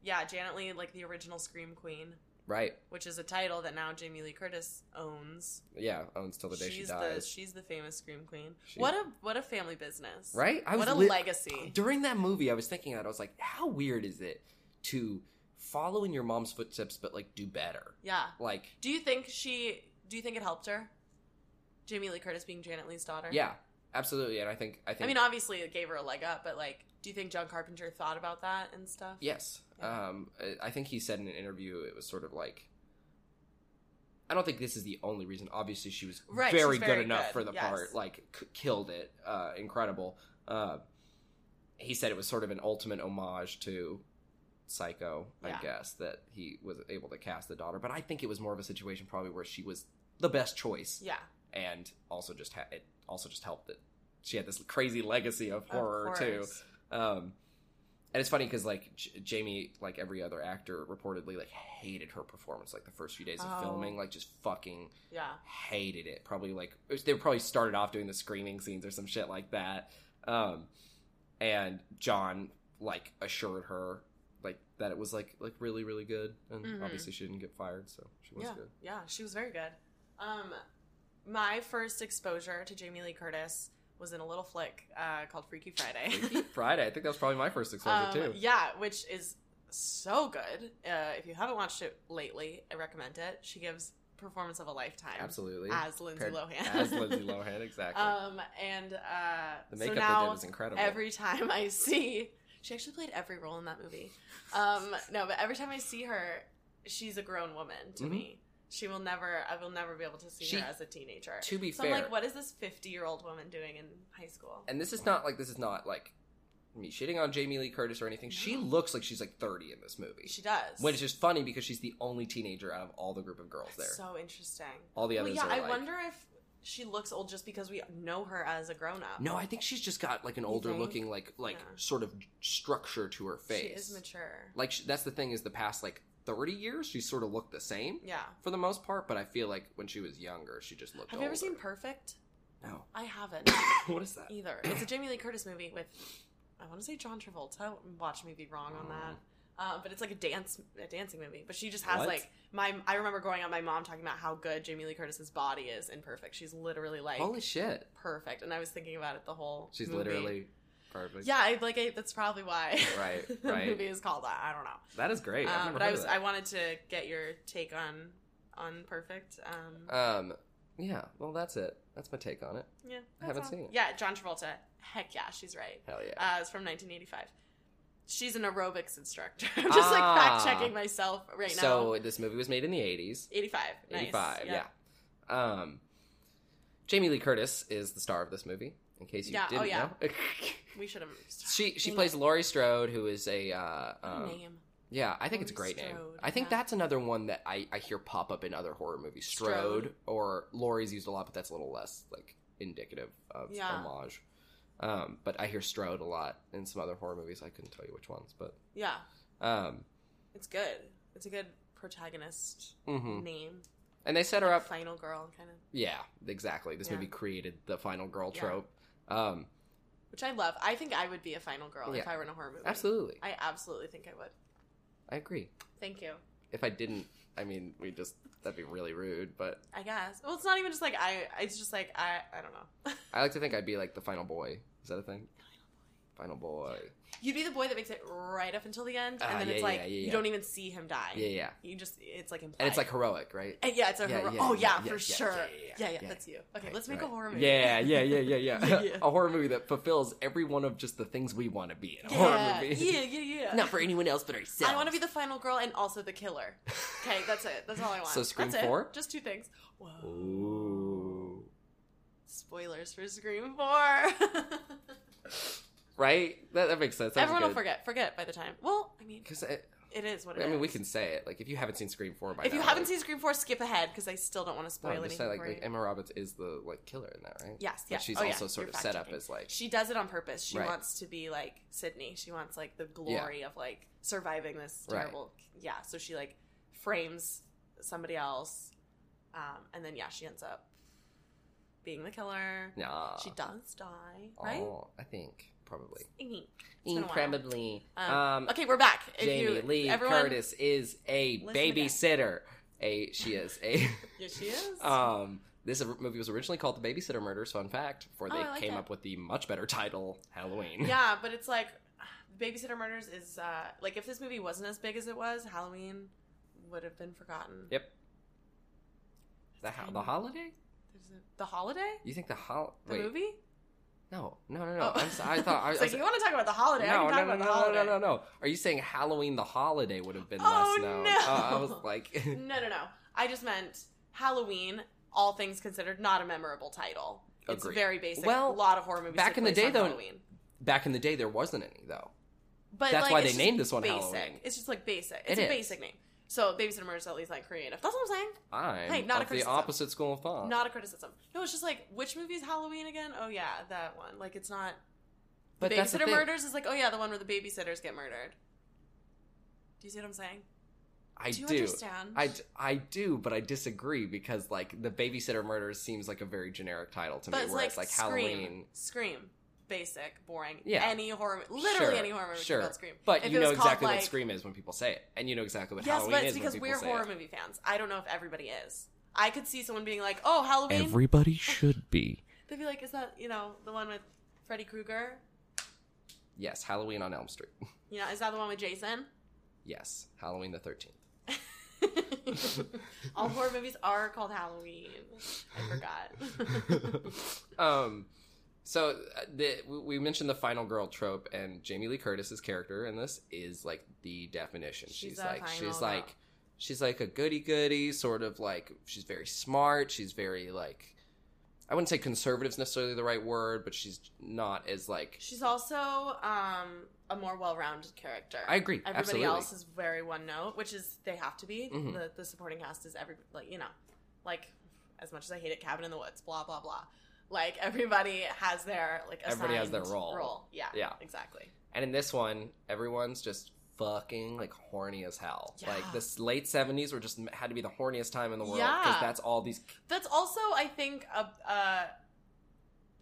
B: yeah, Janet Lee, like the original Scream Queen.
A: Right.
B: which is a title that now Jamie Lee Curtis owns.
A: Yeah. Owns till the day
B: she's
A: she
B: the
A: dies.
B: she's the famous scream queen.
A: She-
B: what a what a family business,
A: right. I was
B: what a
A: lit-
B: legacy.
A: during that movie. I was thinking that I was like, how weird is it to follow in your mom's footsteps, but like do better?
B: Yeah.
A: Like,
B: Do you think she? Do you think it helped her? Jamie Lee Curtis being Janet Lee's daughter.
A: yeah, absolutely. And I think I think
B: I mean, obviously it gave her a leg up, but like, do you think John Carpenter thought about that and stuff?
A: Yes.
B: Yeah.
A: Um, I- I think he said in an interview it was sort of like. I don't think this is the only reason. Obviously, she was
B: Right,
A: very,
B: she's
A: good,
B: very
A: enough
B: good,
A: for the
B: yes.
A: part. Like, c- killed it. Uh, incredible. Uh, he said it was sort of an ultimate homage to Psycho,
B: Yeah.
A: I guess, that he was able to cast the daughter. But I think it was more of a situation probably where she was the best choice,
B: Yeah.
A: and also just ha- it also just helped that she had this crazy legacy of horror
B: of
A: too.
B: course.
A: Um, and it's funny because like J- Jamie, like every other actor, reportedly like hated her performance. Like the first few days of
B: Oh.
A: filming, like just fucking
B: Yeah.
A: hated it. Probably like it was- they probably started off doing the screaming scenes or some shit like that. Um, and John like assured her like that it was like like really really good, and
B: Mhm.
A: obviously she didn't get fired, so she was
B: yeah.
A: good.
B: Yeah. She was very good. Um, my first exposure to Jamie Lee Curtis was in a little flick uh, called Freaky Friday.
A: Freaky Friday, I think that was probably my first exposure too.
B: Um, Yeah, which is so good. Uh, if you haven't watched it lately, I recommend it. She gives performance of a lifetime
A: Absolutely,
B: as Lindsay
A: Paired-
B: Lohan.
A: as Lindsay Lohan, exactly.
B: um, and uh,
A: the
B: so
A: makeup
B: now
A: they did was incredible.
B: every time I see, she actually played every role in that movie. Um, no, but every time I see her, she's a grown woman to
A: Mhm.
B: me. She will never. I will never be able to see
A: She-
B: her as a teenager.
A: to be
B: so
A: fair,
B: I'm like, what is this 50 year old woman doing in high school?
A: and this is not like this is not like me shitting on Jamie Lee Curtis or anything. She
B: No.
A: looks like she's like 30 in this movie,
B: She does.
A: which is funny because she's the only teenager out of all the group of girls there.
B: That's So interesting.
A: all the
B: Well,
A: others
B: yeah,
A: are
B: I
A: like,
B: wonder if she looks old just because we know her as a grown up.
A: No, I think she's just got like an older
B: think?
A: looking like like
B: Yeah.
A: sort of structure to her face.
B: she is mature.
A: Like she, that's the thing is the past like 30 years she sort of looked the same
B: Yeah.
A: for the most part, but I feel like when she was younger she just looked
B: Have you ever
A: older.
B: seen Perfect?
A: No.
B: I haven't
A: what is that?
B: either. It's a Jamie Lee Curtis movie with I want to say John Travolta. Watch me be wrong on that. Uh, but it's like a dance, a dancing movie. But she just has
A: Mm. What?
B: like my. I remember growing up, my mom talking about how good Jamie Lee Curtis's body is in Perfect. She's literally like
A: Holy shit.
B: perfect, and I was thinking about it the whole.
A: She's
B: movie.
A: literally perfect.
B: Yeah, I, like I, that's probably why.
A: Right,
B: the
A: right.
B: movie is called that. I don't know.
A: That is great. I've
B: Um,
A: never
B: but
A: heard
B: I
A: of
B: was
A: that.
B: I wanted to get your take on on Perfect. Um,
A: Um, yeah. Well, that's it. That's my take on it.
B: yeah,
A: I haven't
B: that's
A: seen it.
B: Yeah, John Travolta. Heck yeah, she's right.
A: Hell yeah.
B: Uh, it's from 1985. She's an aerobics instructor. I'm just like fact checking myself right now.
A: Ah. so this movie was made in the eighties,
B: 85. Nice.
A: eighty-five. Yeah. Um, Jamie Lee Curtis is the star of this movie. In case you
B: Yeah, oh
A: didn't
B: yeah.
A: know,
B: We should have.
A: she she
B: Dang
A: plays
B: it.
A: Laurie Strode, who is a uh,
B: What a
A: um,
B: name.
A: yeah. I think it's a
B: Laurie
A: great name.
B: Strode,
A: I think
B: yeah.
A: that's another one that I I hear pop up in other horror movies. Strode,
B: Strode.
A: or Laurie's used a lot, but that's a little less like indicative of
B: Yeah.
A: homage. Um, but I hear Strode a lot in some other horror movies. I couldn't tell you which ones, but
B: Yeah,
A: um.
B: it's good. It's a good protagonist
A: mhm.
B: name.
A: And they set her up.
B: Final girl kind of,
A: Yeah, exactly. This
B: Yeah.
A: movie created the final girl
B: Yeah.
A: trope. Um,
B: which I love. I think I would be a final girl if
A: Yeah.
B: I were in a horror movie.
A: absolutely,
B: I absolutely think I would.
A: I agree.
B: Thank you.
A: If I didn't, I mean, we just that'd be really rude. But
B: I guess. Well, it's not even just like I. It's just like I. I don't know.
A: I like to think I'd be like the final boy. Is that a thing? Final boy.
B: You'd be the boy that makes it right up until the end, and
A: Ah,
B: then
A: yeah,
B: it's like
A: yeah, yeah, yeah.
B: you don't even see him die.
A: Yeah, yeah.
B: You just it's like implied.
A: And it's like heroic, right?
B: And yeah, it's a
A: Yeah,
B: horror.
A: yeah,
B: oh
A: yeah,
B: yeah,
A: yeah,
B: for
A: yeah,
B: sure.
A: yeah,
B: Yeah
A: yeah,
B: yeah,
A: yeah.
B: that's you. Okay,
A: Right,
B: let's make
A: right.
B: a horror movie.
A: Yeah, yeah, yeah, yeah, yeah.
B: Yeah, yeah.
A: A horror movie that fulfills every one of just the things we want to be in a
B: yeah,
A: horror movie.
B: yeah, yeah, yeah.
A: Not for anyone else but ourselves.
B: I want to be the final girl and also the killer. Okay, that's it. That's all I want.
A: So Scream
B: That's it.
A: four?
B: Just two things. Whoa.
A: Ooh.
B: Spoilers for Scream Four.
A: Right? That, that makes sense. That
B: Everyone will forget. Forget by the time. Well, I mean,
A: Because
B: it is what it is.
A: I mean, we can say it. Like, if you haven't seen Scream Four by
B: If
A: now,
B: you
A: like-
B: haven't seen Scream Four, skip ahead because I still don't want
A: No,
B: to spoil
A: I'm just
B: anything
A: saying, like,
B: for you.
A: like Emma Roberts is the like killer in that, right?
B: Yes,
A: But
B: yeah.
A: she's
B: Oh, yeah.
A: also sort
B: You're
A: of set up
B: fact-checking.
A: as like
B: She does it on purpose. She
A: Right.
B: wants to be like Sydney. She wants like the glory of like surviving this
A: Right.
B: terrible. Yeah, so she like frames somebody else, um, and then yeah, she ends up being the killer.
A: nah.
B: She does die, right?
A: Oh, I think probably.
B: been a while.
A: Incredibly.
B: Um,
A: Um,
B: okay, we're back. If
A: Jamie
B: you-
A: Lee
B: everyone-
A: Curtis is a
B: Listen again.
A: babysitter. A she is a.
B: Yeah, she is.
A: um, this movie was originally called The Babysitter Murders. Fun fact: before they
B: Oh, I like
A: came
B: that.
A: up with the much better title Halloween.
B: yeah, but it's like Babysitter Murders is uh like if this movie wasn't as big as it was, Halloween would have been forgotten.
A: Yep. The, ho- the holiday?
B: There's a- the holiday?
A: You think the hol?
B: The
A: wait,
B: movie?
A: no, no, no, no.
B: Oh.
A: I'm so- I thought I
B: It's
A: was.
B: like, you want to talk about the holiday? I
A: no,
B: can talk
A: no, no,
B: about
A: no,
B: the
A: no,
B: holiday.
A: no, no, no. Are you saying Halloween the holiday would have been
B: Oh,
A: less known?
B: no.
A: Uh, I was like,
B: No, no, no. I just meant Halloween, all things considered, not a memorable title. It's
A: Agreed.
B: very basic.
A: Well,
B: a lot of horror movies
A: back
B: take
A: in the
B: place
A: day,
B: on
A: though,
B: Halloween.
A: back in the day, there wasn't any though.
B: But
A: that's
B: like,
A: why
B: it's
A: they
B: just
A: named this one
B: basic.
A: Halloween.
B: It's just like basic.
A: It
B: It's a
A: is.
B: basic name. So Babysitter Murders at least like creative. That's what I'm saying.
A: I'm
B: Hey, not
A: of
B: a
A: the
B: criticism.
A: opposite school of thought.
B: Not a criticism. No, it's just like which movie's Halloween again? Oh yeah, that one. Like it's not.
A: but
B: the
A: that's the
B: babysitter
A: thing.
B: murders is like oh yeah, the one where the babysitters get murdered. Do you see what I'm saying?
A: I
B: do you
A: do.
B: understand?
A: I, d- I do, but I disagree because like the babysitter murders seems like a very generic title to
B: but
A: me.
B: it's
A: Whereas like
B: like, Scream.
A: Halloween,
B: Scream, basic, boring.
A: Yeah.
B: Any horror, literally
A: Sure,
B: any horror movie
A: sure.
B: about Scream.
A: But
B: If
A: you
B: it
A: know
B: was called,
A: exactly
B: like-
A: what Scream is when people say it, and you know exactly what
B: yes,
A: Halloween
B: but it's
A: is
B: because
A: when people
B: we're
A: say
B: horror
A: it.
B: movie fans. I don't know if everybody is. I could see someone being like, "Oh, Halloween."
C: Everybody should be.
B: They'd be like, "Is that you know the one with Freddy Krueger?
A: Yes, Halloween on Elm Street.
B: You know, is that the one with Jason?"
A: Yes, Halloween the thirteenth.
B: All horror movies are called Halloween. I forgot.
A: um, so uh, the, we- we mentioned the final girl trope, and Jamie Lee Curtis's character in this is like the definition.
B: She's
A: She's,
B: a
A: like
B: final
A: she's
B: girl.
A: like she's like a goody goody sort of like she's very smart. She's very like I wouldn't say conservative's necessarily the right word, but she's not as like
B: She's also um, a more well-rounded character.
A: I agree.
B: Everybody
A: absolutely.
B: else is very one note, which is they have to be.
A: Mhm.
B: The the supporting cast is every like you know, like as much as I hate it, Cabin in the Woods, blah blah blah. Like everybody has their like
A: Everybody has their
B: assigned
A: role.
B: Yeah,
A: Yeah.
B: exactly.
A: And in this one, everyone's just fucking like horny as hell.
B: Yeah.
A: Like this late seventies were just had to be the horniest time in the world
B: Yeah.
A: because that's all these.
B: That's also I think a uh,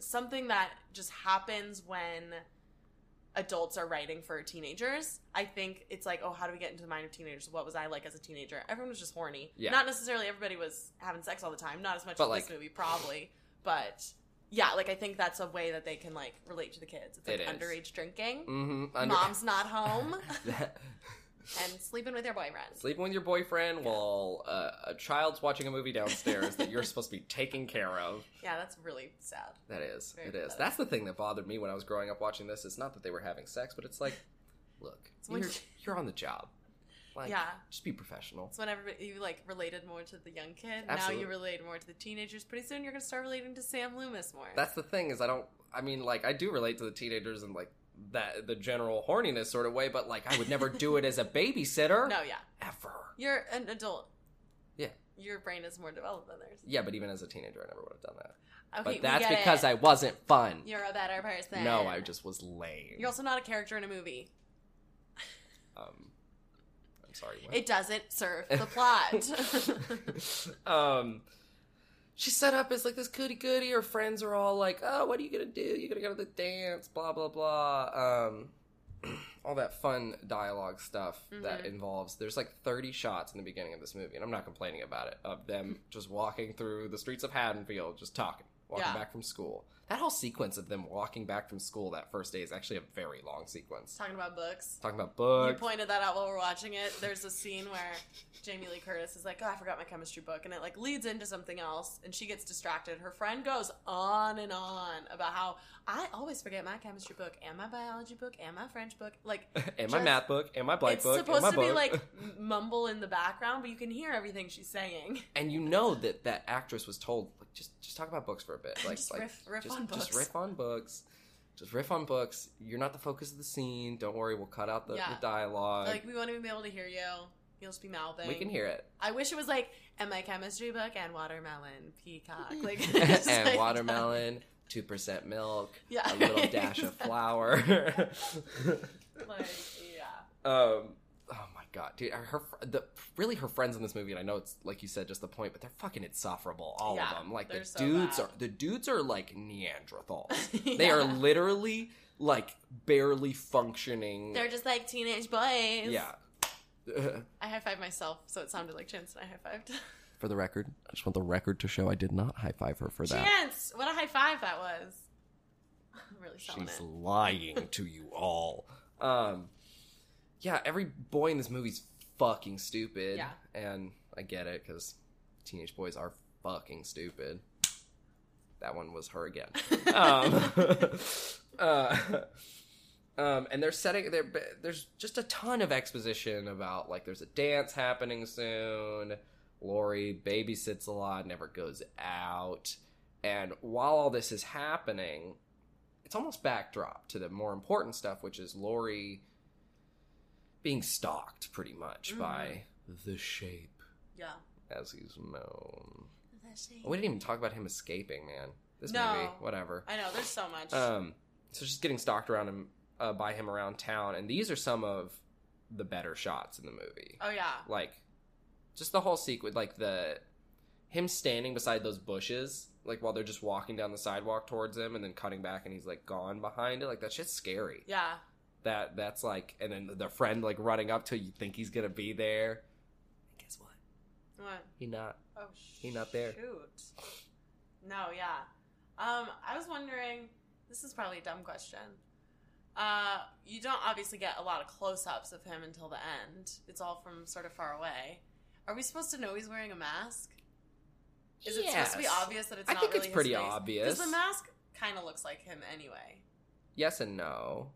B: something that just happens when adults are writing for teenagers. I think it's like, oh, how do we get into the mind of teenagers? What was I like as a teenager? Everyone was just horny.
A: Yeah.
B: Not necessarily everybody was having sex all the time. Not as much
A: But,
B: as this
A: like-
B: movie, probably. But yeah, like I think that's a way that they can like relate to the kids. It's like
A: It is.
B: underage drinking,
A: Mm-hmm,
B: mom's not home, and sleeping with their boyfriend.
A: Sleeping with your boyfriend while uh, a child's watching a movie downstairs that you're supposed to be taking care of.
B: Yeah, that's really sad.
A: That is,
B: Very
A: it is.
B: pathetic.
A: That's the thing that bothered me when I was growing up watching this. It's not that they were having sex, but it's like, look,
B: It's when
A: you're,
B: you-
A: you're on the job. Like,
B: Yeah.
A: just be professional.
B: It's when everybody you like related more to the young kid. Now
A: Absolutely.
B: you relate more to the teenagers. Pretty soon you're gonna start relating to Sam Loomis more.
A: That's the thing is I don't. I mean, like I do relate to the teenagers and like that the general horniness sort of way, but like I would never do it as a babysitter.
B: no, yeah,
A: ever.
B: you're an adult.
A: Yeah.
B: your brain is more developed than theirs.
A: Yeah, but even as a teenager, I never would have done that.
B: Okay,
A: but that's because I wasn't fun.
B: you're a better person.
A: No, I just was lame.
B: You're also not a character in a movie.
A: um, I'm sorry. What?
B: It doesn't serve the plot.
A: um, she's set up as like this goody goody. Her friends are all like, "Oh, what are you gonna do? You're gonna go to the dance?" Blah blah blah. Um, all that fun dialogue stuff that
B: Mm-hmm.
A: involves. There's like 30 shots in the beginning of this movie, and I'm not complaining about it. Of them just walking through the streets of Haddonfield, just talking, walking
B: Yeah.
A: back from school. That whole sequence of them walking back from school that first day is actually a very long sequence.
B: Talking about books.
A: Talking about
B: You
A: books.
B: pointed that out while we're watching it. There's a scene where Jamie Lee Curtis is like, "Oh, I forgot my chemistry book," and it like leads into something else, and she gets distracted. Her friend goes on and on about how I always forget my chemistry book and my biology book and my French book. Like
A: and my
B: just-
A: math book, and my black
B: it's
A: book, and
B: supposed
A: my
B: to
A: book.
B: be like mumble in the background, but you can hear everything she's saying.
A: and you know that that actress was told like just just talk about books for a bit like
B: Just
A: like
B: riff- riff
A: just,
B: on
A: just
B: books.
A: riff on books just riff on books you're not the focus of the scene don't worry we'll cut out the,
B: Yeah.
A: the dialogue
B: Like we won't even be able to hear you. You'll just be mouthing.
A: we can hear it
B: I wish it was like, and my chemistry book and watermelon peacock, like
A: and
B: just like-
A: watermelon two percent milk
B: Yeah,
A: a little dash of flour
B: Like, yeah.
A: um Oh my god, dude! Her fr- the really her friends in this movie, and I know it's like you said, just the point, but they're fucking insufferable, all
B: Yeah,
A: of them. Like the
B: they're so
A: dudes
B: bad.
A: are the dudes are like Neanderthals.
B: Yeah.
A: They are literally like barely functioning.
B: They're just like teenage boys.
A: yeah.
B: I high fived myself, so it sounded like Chance and I high fived.
A: For the record, I just want the record to show I did not high five her for that.
B: Chance! What a high five that was. I'm really selling
A: She's
B: it.
A: lying to you all. Um, yeah, every boy in this movie's fucking stupid.
B: Yeah.
A: And I get it because teenage boys are fucking stupid. That one was her again. um, uh, um, and they're setting there. There's just a ton of exposition about like there's a dance happening soon. Lori babysits a lot, never goes out, and while all this is happening, it's almost backdrop to the more important stuff, which is Lori being stalked pretty much
B: Mhm.
A: by the Shape,
B: Yeah.
A: as he's known. We didn't even talk about him escaping, man. This
B: No.
A: movie, whatever.
B: I know, there's so much.
A: Um, so she's getting stalked around him uh, by him around town, and these are some of the better shots in the movie.
B: oh, yeah.
A: Like, just the whole sequence, like the him standing beside those bushes, like while they're just walking down the sidewalk towards him, and then cutting back, and he's like gone behind it. Like that shit's scary.
B: Yeah.
A: That that's like, and then the friend like running up till you think he's gonna be there. Guess what?
B: What?
A: He not.
B: Oh,
A: He not there.
B: Shoot. No, yeah. Um, I was wondering. This is probably a dumb question. Uh, you don't obviously get a lot of close-ups of him until the end. It's all from sort of far away. Are we supposed to know he's wearing a mask? Is it supposed to be
A: Yes.
B: obvious that it's
A: I
B: not
A: think
B: really
A: it's pretty
B: his face?
A: obvious.
B: Because the mask kind of looks like him anyway.
A: Yes and no.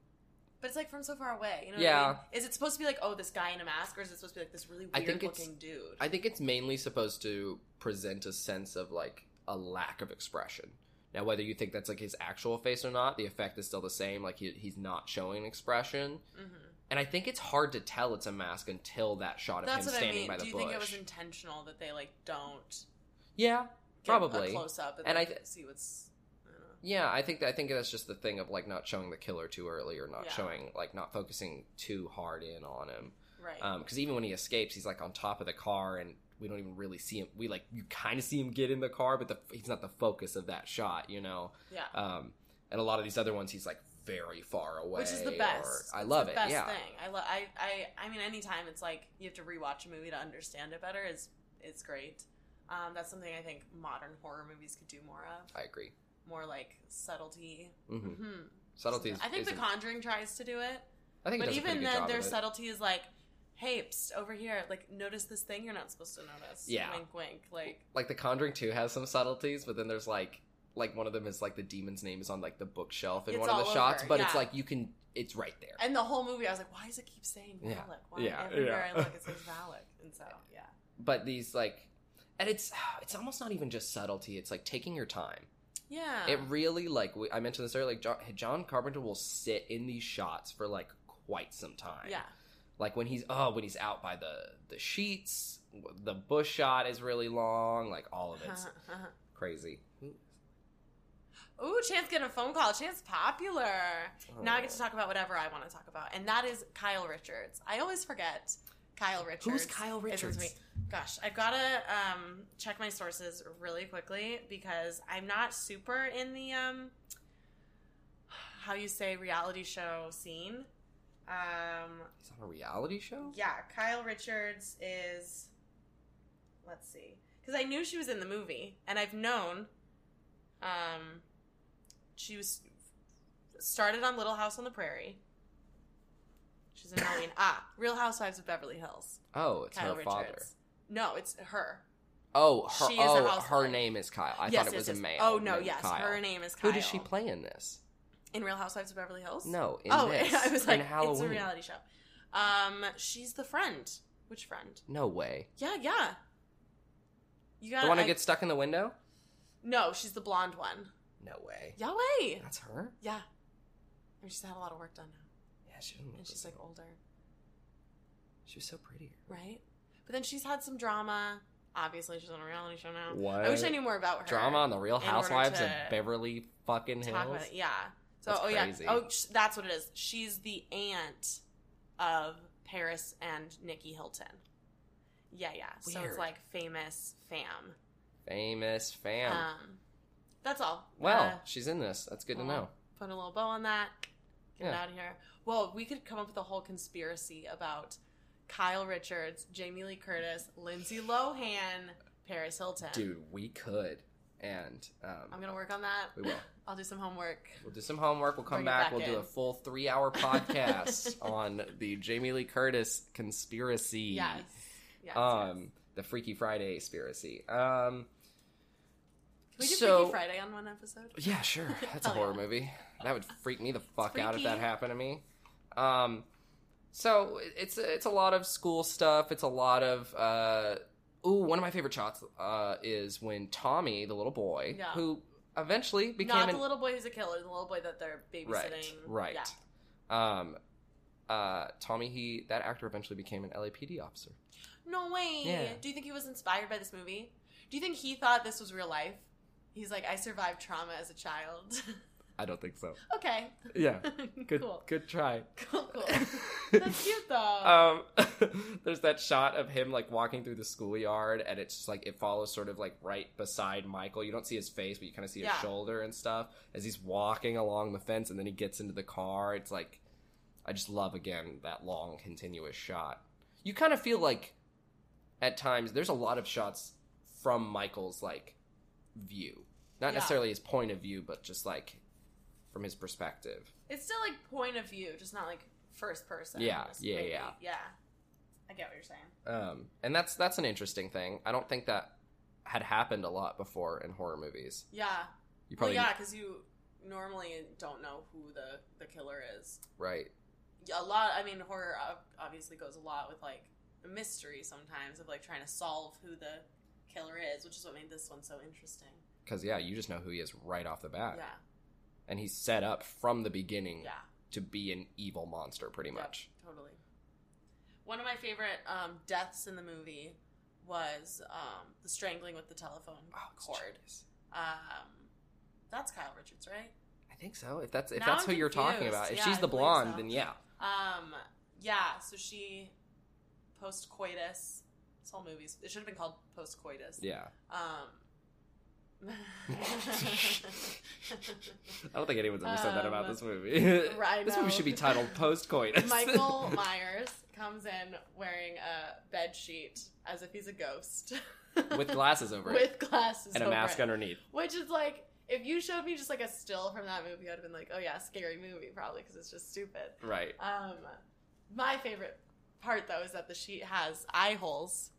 B: But it's like from so far away, you know.
A: Yeah.
B: What I mean? Is it supposed to be like, oh, this guy in a mask, or is it supposed to be like this really
A: I think it's-
B: weird-looking dude?
A: I think it's mainly supposed to present a sense of like a lack of expression. Now, whether you think that's like his actual face or not, the effect is still the same. Like he, he's not showing expression,
B: mm-hmm.
A: and I think it's hard to tell it's a mask until that shot of him
B: That's what I
A: standing
B: mean.
A: by the
B: Do you
A: bush.
B: think it was intentional that they like don't
A: yeah,
B: get
A: Probably.
B: a close up and,
A: And
B: like,
A: I th-
B: see what's I don't know.
A: yeah. I think I think that's just the thing of like not showing the killer too early or not
B: Yeah.
A: showing like not focusing too hard in on him.
B: right?
A: because even when he escapes, he's like on top of the car, and we don't even really see him. We like you kind of see him get in the car, but the, he's not the focus of that shot, you know.
B: yeah,
A: Um, and a lot of these other ones, he's like very far away,
B: which is the
A: or-
B: best.
A: I
B: It's
A: love
B: the
A: it.
B: Best
A: yeah,
B: thing. I love. I, I I mean, anytime it's like you have to rewatch a movie to understand it better is it's great. Um, that's something I think modern horror movies could do more of,
A: I agree.
B: more like subtlety.
A: hmm
B: Mhm.
A: Subtlety. Is,
B: I think
A: is
B: The
A: a-
B: Conjuring tries to do it,
A: I think it does a
B: but
A: pretty
B: even
A: good
B: then,
A: job
B: their
A: of it.
B: subtlety is like, "Hey, psst, over here, like notice this thing you're not supposed to notice."
A: Yeah.
B: wink, wink. Like,
A: like The Conjuring Two has some subtleties, but then there's like like one of them is like the demon's name is on like the bookshelf in
B: It's
A: one of the
B: all
A: shots,
B: over,
A: but it's
B: yeah.
A: like you can it's right there.
B: And the whole movie, I was like, why does it keep saying Valak?
A: Yeah.
B: Why
A: Yeah,
B: everywhere
A: yeah.
B: I look, it says Valak? And so, yeah.
A: but these like, and it's it's almost not even just subtlety. It's like taking your time.
B: Yeah.
A: It really like we, I mentioned this earlier. Like John, John Carpenter will sit in these shots for like quite some time.
B: yeah.
A: Like when he's oh when he's out by the the sheets, the bush shot is really long. Like all of it's crazy.
B: Ooh, Chance getting a phone call. Chance popular.
A: Oh.
B: Now I get to talk about whatever I want to talk about. And that is Kyle Richards. I always forget Kyle Richards.
A: uh, Who's Kyle
B: It was
A: Richards?
B: me. Gosh, I've got to um, check my sources really quickly because I'm not super in the, um, how you say, reality show scene. Um,
A: He's on a reality show.
B: Yeah, Kyle Richards is. Let's see, because I knew she was in the movie, and I've known, um, she was started on Little House on the Prairie. She's in Halloween. ah, Real Housewives of Beverly Hills.
A: Oh, it's
B: Kyle
A: her
B: Richards.
A: father.
B: No, it's her.
A: Oh, her,
B: She is a
A: oh, her
B: housewife.
A: name is Kyle. I
B: yes,
A: thought it
B: yes,
A: was
B: yes.
A: a male.
B: Oh no,
A: named
B: yes,
A: Kyle.
B: her name is Kyle.
A: Who does she play in this?
B: in Real Housewives of Beverly Hills?
A: No, in
B: oh,
A: this.
B: I was
A: in
B: like,
A: Halloween.
B: it's a reality show. Um, she's the friend. Which friend?
A: No way.
B: Yeah, yeah. You got
A: the one
B: I,
A: who gets stuck in the window.
B: No, she's the blonde one.
A: No way.
B: Yahweh.
A: That's her.
B: Yeah. I mean, she's had a lot of work done now,
A: Yeah, she doesn't look
B: and she's
A: good.
B: like older,
A: she was so prettier.
B: right? But then she's had some drama. Obviously, she's on a reality show now.
A: What?
B: I wish I knew more about her.
A: drama on the Real
B: in order
A: Housewives of
B: to
A: Beverly fucking
B: Talk
A: Hills.
B: about it. Yeah. So,
A: That's
B: oh
A: crazy.
B: yeah. Oh, sh- that's what it is. She's the aunt of Paris and Nikki Hilton. Yeah, yeah. So
A: Weird.
B: it's like famous fam.
A: Famous fam.
B: Um, that's all.
A: well,
B: Uh,
A: she's in this. That's good to
B: well,
A: know.
B: Put a little bow on that. Get
A: Yeah.
B: out of here. Well, we could come up with a whole conspiracy about Kyle Richards, Jamie Lee Curtis, Lindsay Lohan, Paris Hilton.
A: Dude, we could. And um,
B: I'm gonna work on that.
A: we will.
B: I'll do some homework.
A: We'll do some homework. We'll come
B: Bring it
A: back.
B: back
A: We'll do
B: in.
A: a full three hour podcast on the Jamie Lee Curtis conspiracy.
B: Yes. Yes. yes.
A: Um, the Freaky Friday conspiracy. Um,
B: Can we do
A: so-
B: Freaky Friday on one episode?
A: yeah, sure. That's a
B: Hell
A: horror
B: Oh, yeah.
A: movie. That would freak me the fuck out if
B: freaky.
A: that happened to me. Um, so it- it's it's a lot of school stuff. It's a lot of uh, ooh. One of my favorite shots uh, is when Tommy, the little boy,
B: Yeah.
A: who eventually became
B: Not
A: an
B: the little boy who's a killer, the little boy that they're babysitting.
A: Right.
B: Yeah.
A: Right. Um, uh, Tommy, he that actor eventually became an LAPD officer.
B: No way.
A: Yeah.
B: Do you think he was inspired by this movie? Do you think he thought this was real life? He's like, I survived trauma as a child.
A: I don't think so.
B: okay.
A: Yeah.
B: cool.
A: Good try.
B: Cool, cool. That's cute though.
A: um, there's that shot of him like walking through the schoolyard, and it's just like it follows sort of like right beside Michael. You don't see his face, but you kind of see his
B: Yeah.
A: shoulder and stuff as he's walking along the fence, and then he gets into the car. It's like I just love again that long continuous shot. You kind of feel like at times there's a lot of shots from Michael's like view, not
B: Yeah.
A: necessarily his point of view, but just like from his perspective.
B: it's still like point of view, just not like first person.
A: Yeah,
B: Just
A: yeah,
B: maybe.
A: yeah.
B: Yeah. I get what you're saying.
A: Um, and that's that's an interesting thing. I don't think that had happened a lot before in horror movies.
B: Yeah.
A: You probably
B: well, yeah, because you normally don't know who the, the killer is.
A: right.
B: Yeah, a lot i mean horror ob- obviously goes a lot with like the mystery sometimes of like trying to solve who the killer is which is what made this one so interesting
A: Because yeah, you just know who he is right off the bat,
B: yeah
A: and he's set up from the beginning
B: yeah
A: to be an evil monster, mm, pretty
B: Yep.
A: much.
B: totally one of my favorite um, deaths in the movie was um, the strangling with the telephone
A: it's
B: cord
A: genius.
B: um, that's kyle richards right
A: I think so. If that's if
B: Now
A: that's
B: I'm
A: who you're talking
B: confused.
A: about, if
B: Yeah,
A: she's
B: I
A: the
B: believe
A: blonde,
B: so.
A: then yeah,
B: um, yeah so she post coitus this whole movie's it should have been called post coitus
A: yeah.
B: Um.
A: I don't think anyone's ever said that about
B: Um,
A: this movie.
B: right,
A: this movie
B: no.
A: should be titled Post Coitus.
B: Michael Myers comes in wearing a bed sheet as if he's a ghost.
A: with glasses over it
B: With glasses
A: and a
B: over
A: mask
B: it.
A: underneath.
B: Which is like, if you showed me just like a still from that movie, I'd have been like, oh yeah, scary movie, probably, because it's just stupid.
A: Right.
B: Um, my favorite part, though, is that the sheet has eye holes,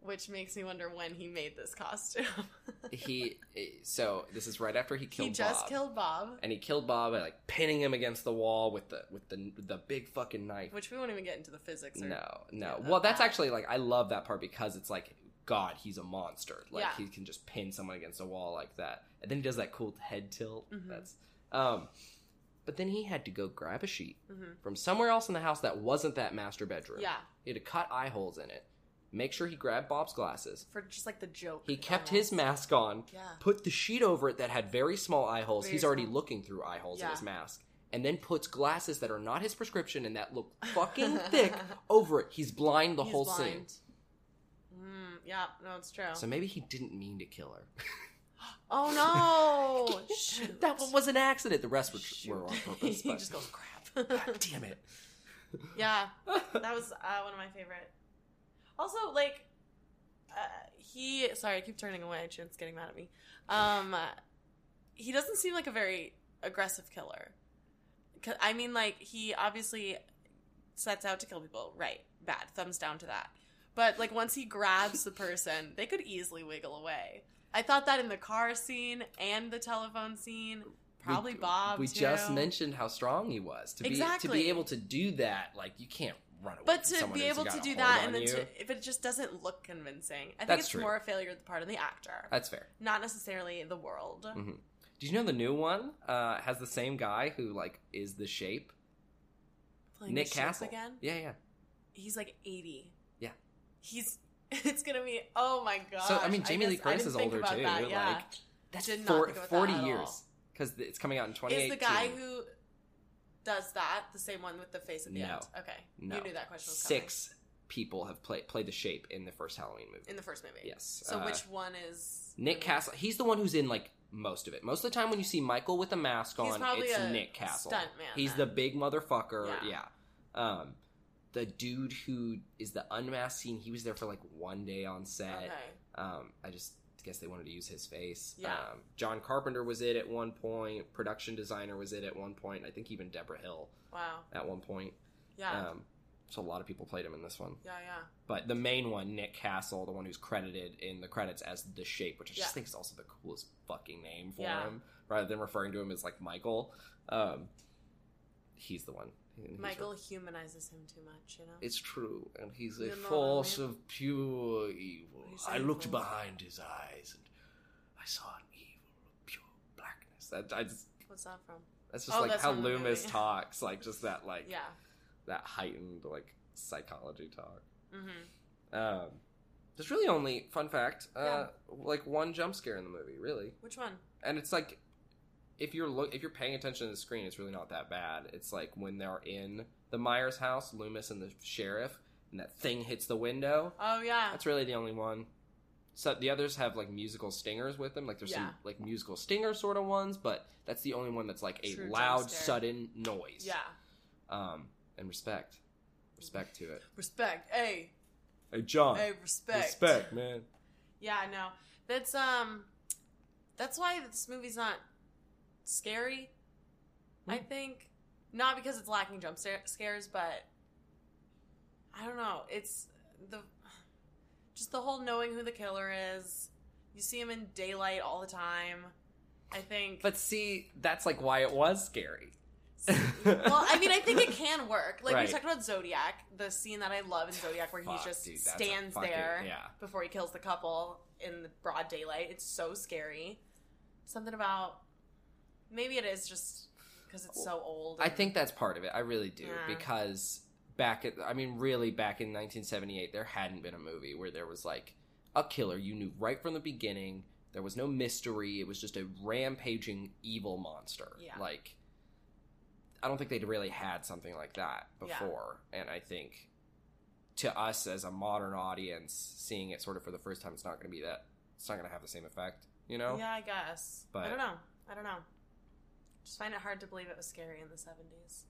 B: which makes me wonder when he made this costume.
A: He so this is right after he killed
B: he just
A: Bob.
B: killed Bob,
A: and he killed Bob by like pinning him against the wall with the with the the big fucking knife.
B: which we won't even get into the physics or
A: No,
B: Yeah,
A: no.
B: that-
A: well, that's
B: that-
A: actually like I love that part because it's like God, he's a monster. Like
B: Yeah.
A: he can just pin someone against a wall like that, and then he does that cool head tilt.
B: Mhm.
A: That's um. But then he had to go grab a sheet
B: Mhm.
A: from somewhere else in the house that wasn't that master bedroom.
B: Yeah,
A: he had to cut eye holes in it. Make sure he grabbed Bob's glasses.
B: for just like the joke.
A: He kept
B: almost.
A: his mask on,
B: Yeah,
A: put the sheet over it that had very small eye holes.
B: Very
A: He's already
B: small.
A: looking through eye holes in
B: Yeah.
A: his mask. And then puts glasses that are not his prescription and that look fucking thick over it. He's blind the
B: He's
A: whole
B: blind. Mm, yeah, no, it's true.
A: scene. So maybe he didn't mean to kill her.
B: oh no! Shoot.
A: that one was an accident. The rest were,
B: Shoot.
A: were on purpose.
B: he
A: But
B: just goes crap.
A: damn it.
B: yeah, that was uh, one of my favorite. Also, like, uh, he. Sorry, I keep turning away. Jin's getting mad at me. Um, he doesn't seem like a very aggressive killer. 'Cause- I mean, like, he obviously sets out to kill people. Right. Bad. Thumbs down to that. But, like, once he grabs the person, they could easily wiggle away. I thought that in the car scene and the telephone scene. Probably
A: we,
B: Bob.
A: We just
B: too.
A: mentioned how strong he was. To be to
B: Exactly.
A: be able to do that, like you can't run away.
B: But
A: from
B: to
A: someone
B: be
A: who's
B: able
A: got
B: to
A: a
B: do
A: hold
B: that
A: on
B: and then
A: you,
B: to, if it just doesn't look convincing, I think
A: That's
B: it's
A: true.
B: more a failure of the part of the actor,
A: that's fair.
B: not necessarily the world.
A: Mhm. Did you know the new one uh, has the same guy who like is the shape?
B: Playing
A: Nick
B: the shape
A: Castle
B: again.
A: Yeah, yeah.
B: He's like eighty.
A: Yeah.
B: he's. It's gonna be. Oh my god.
A: So I mean, Jamie Lee Curtis is older too.
B: That, yeah.
A: Like that's
B: Did not
A: four-
B: think about
A: forty
B: that at
A: years
B: all.
A: because it's coming out in twenty
B: is
A: eighteen.
B: the guy who does that the same one with the face at the
A: No.
B: end? Okay,
A: No.
B: you knew that question was coming.
A: six people have played played the shape in the first Halloween movie.
B: in the first movie.
A: yes.
B: So
A: Uh,
B: which one is
A: Nick
B: the-
A: Castle? He's the one who's in like most of it. Most of the time, when you see Michael with a mask
B: He's
A: on,
B: probably
A: it's
B: a
A: Nick Castle.
B: stunt man,
A: He's
B: then.
A: the big motherfucker. Yeah.
B: Yeah.
A: Um, the dude who is the unmasked scene, he was there for like one day on set.
B: Okay.
A: Um, I just guess they wanted to use his face.
B: Yeah.
A: Um, John Carpenter was it at one point. Production designer was it at one point. I think even Deborah Hill
B: Wow.
A: at one point.
B: Yeah.
A: Um, so a lot of people played him in this one.
B: yeah. Yeah.
A: But the main one, Nick Castle, the one who's credited in the credits as the Shape, which I just
B: Yeah.
A: think is also the coolest fucking name for
B: Yeah.
A: him, rather than referring to him as like Michael. Um, he's the one. And he's
B: Michael
A: a-
B: humanizes him too much, you know.
A: it's true, and he's a
B: You know what I
A: force
B: mean?
A: of pure evil.
B: He's
A: I looked
B: evil.
A: behind his eyes, and I saw an evil, pure blackness. That I just,
B: What's that from?
A: that's just
B: Oh,
A: like
B: that's
A: how
B: from the
A: Loomis
B: movie.
A: talks, like just that, like
B: Yeah.
A: that heightened, like psychology talk.
B: Mm-hmm.
A: Um, there's really only fun fact, uh,
B: Yeah.
A: like one jump scare in the movie, really,
B: Which one?
A: and it's like if you're look if you're paying attention to the screen, it's really not that bad. It's like when they're in the Myers house, Loomis and the sheriff, and that thing hits the window.
B: Oh yeah.
A: That's really the only one. So the others have like musical stingers with them. Like there's some
B: Yeah.
A: like musical stinger sort of ones, but that's the only one that's like a
B: True jump
A: loud,
B: scare.
A: sudden noise.
B: yeah.
A: Um, and respect, respect to it.
B: Respect. Hey.
A: Hey John,
B: Hey. Respect.
A: respect, man.
B: Yeah. No. That's um. That's why this movie's not scary. I think not because it's lacking jump scare- scares, but I don't know. It's the just the whole knowing who the killer is. You see him in daylight all the time. I think.
A: But see, that's like why it was scary.
B: well, I mean, I think it can work. Like
A: Right.
B: we talked about Zodiac, the scene that I love in Zodiac where
A: Fuck,
B: he just
A: dude, that's a
B: stands
A: fucking-
B: there
A: yeah.
B: before he kills the couple in the broad daylight. It's so scary. Something about maybe it is just because it's so old.
A: I
B: and-
A: think that's part of it. I really do
B: Yeah.
A: because back at I mean really back in 1978 there hadn't been a movie where there was like a killer you knew right from the beginning. There was no mystery. It was just a rampaging evil monster.
B: Yeah.
A: Like I don't think they'd really had something like that
B: Yeah.
A: before. And I think to us as a modern audience seeing it sort of for the first time it's not going to be that it's not going to have the same effect, you know?
B: yeah, I guess.
A: But-
B: I don't know. I don't know. Just find it hard to believe it was scary in the seventies.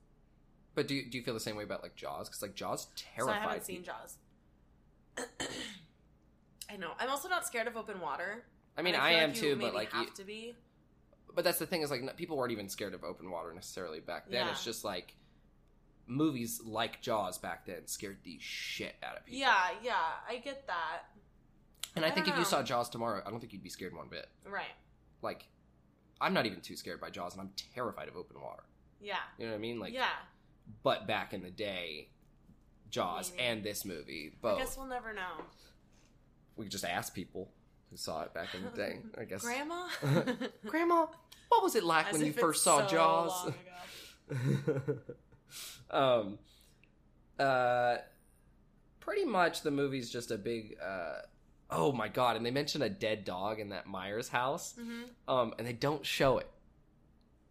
A: But do do you feel the same way about like Jaws? Because like Jaws
B: So I
A: terrified
B: haven't seen
A: people.
B: Jaws. I know. I'm also not scared of open water.
A: I mean,
B: And
A: I,
B: feel
A: am
B: you
A: too, but
B: maybe
A: like, you,
B: have to be.
A: but that's the thing is like, n- people weren't even scared of open water necessarily back then.
B: Yeah.
A: It's just like movies like Jaws back then scared the shit out of people.
B: Yeah, yeah, I get that.
A: and I,
B: I
A: think if
B: don't
A: you
B: know.
A: saw Jaws tomorrow, I don't think you'd be scared one bit.
B: Right.
A: Like, I'm not even too scared by Jaws, and I'm terrified of open water.
B: Yeah.
A: You know what I mean? Like,
B: yeah.
A: but back in the day, Jaws
B: Maybe.
A: and this movie
B: I
A: both.
B: guess we'll never know.
A: we could just ask people who saw it back in the day. I guess.
B: Grandma?
A: Grandma, what was it like
B: As
A: when you
B: if it's
A: first saw
B: so
A: Jaws?
B: long ago.
A: um, uh, pretty much the movie's just a big, uh, oh my god! And they mention a dead dog in that Myers house,
B: Mhm.
A: um, and they don't show it,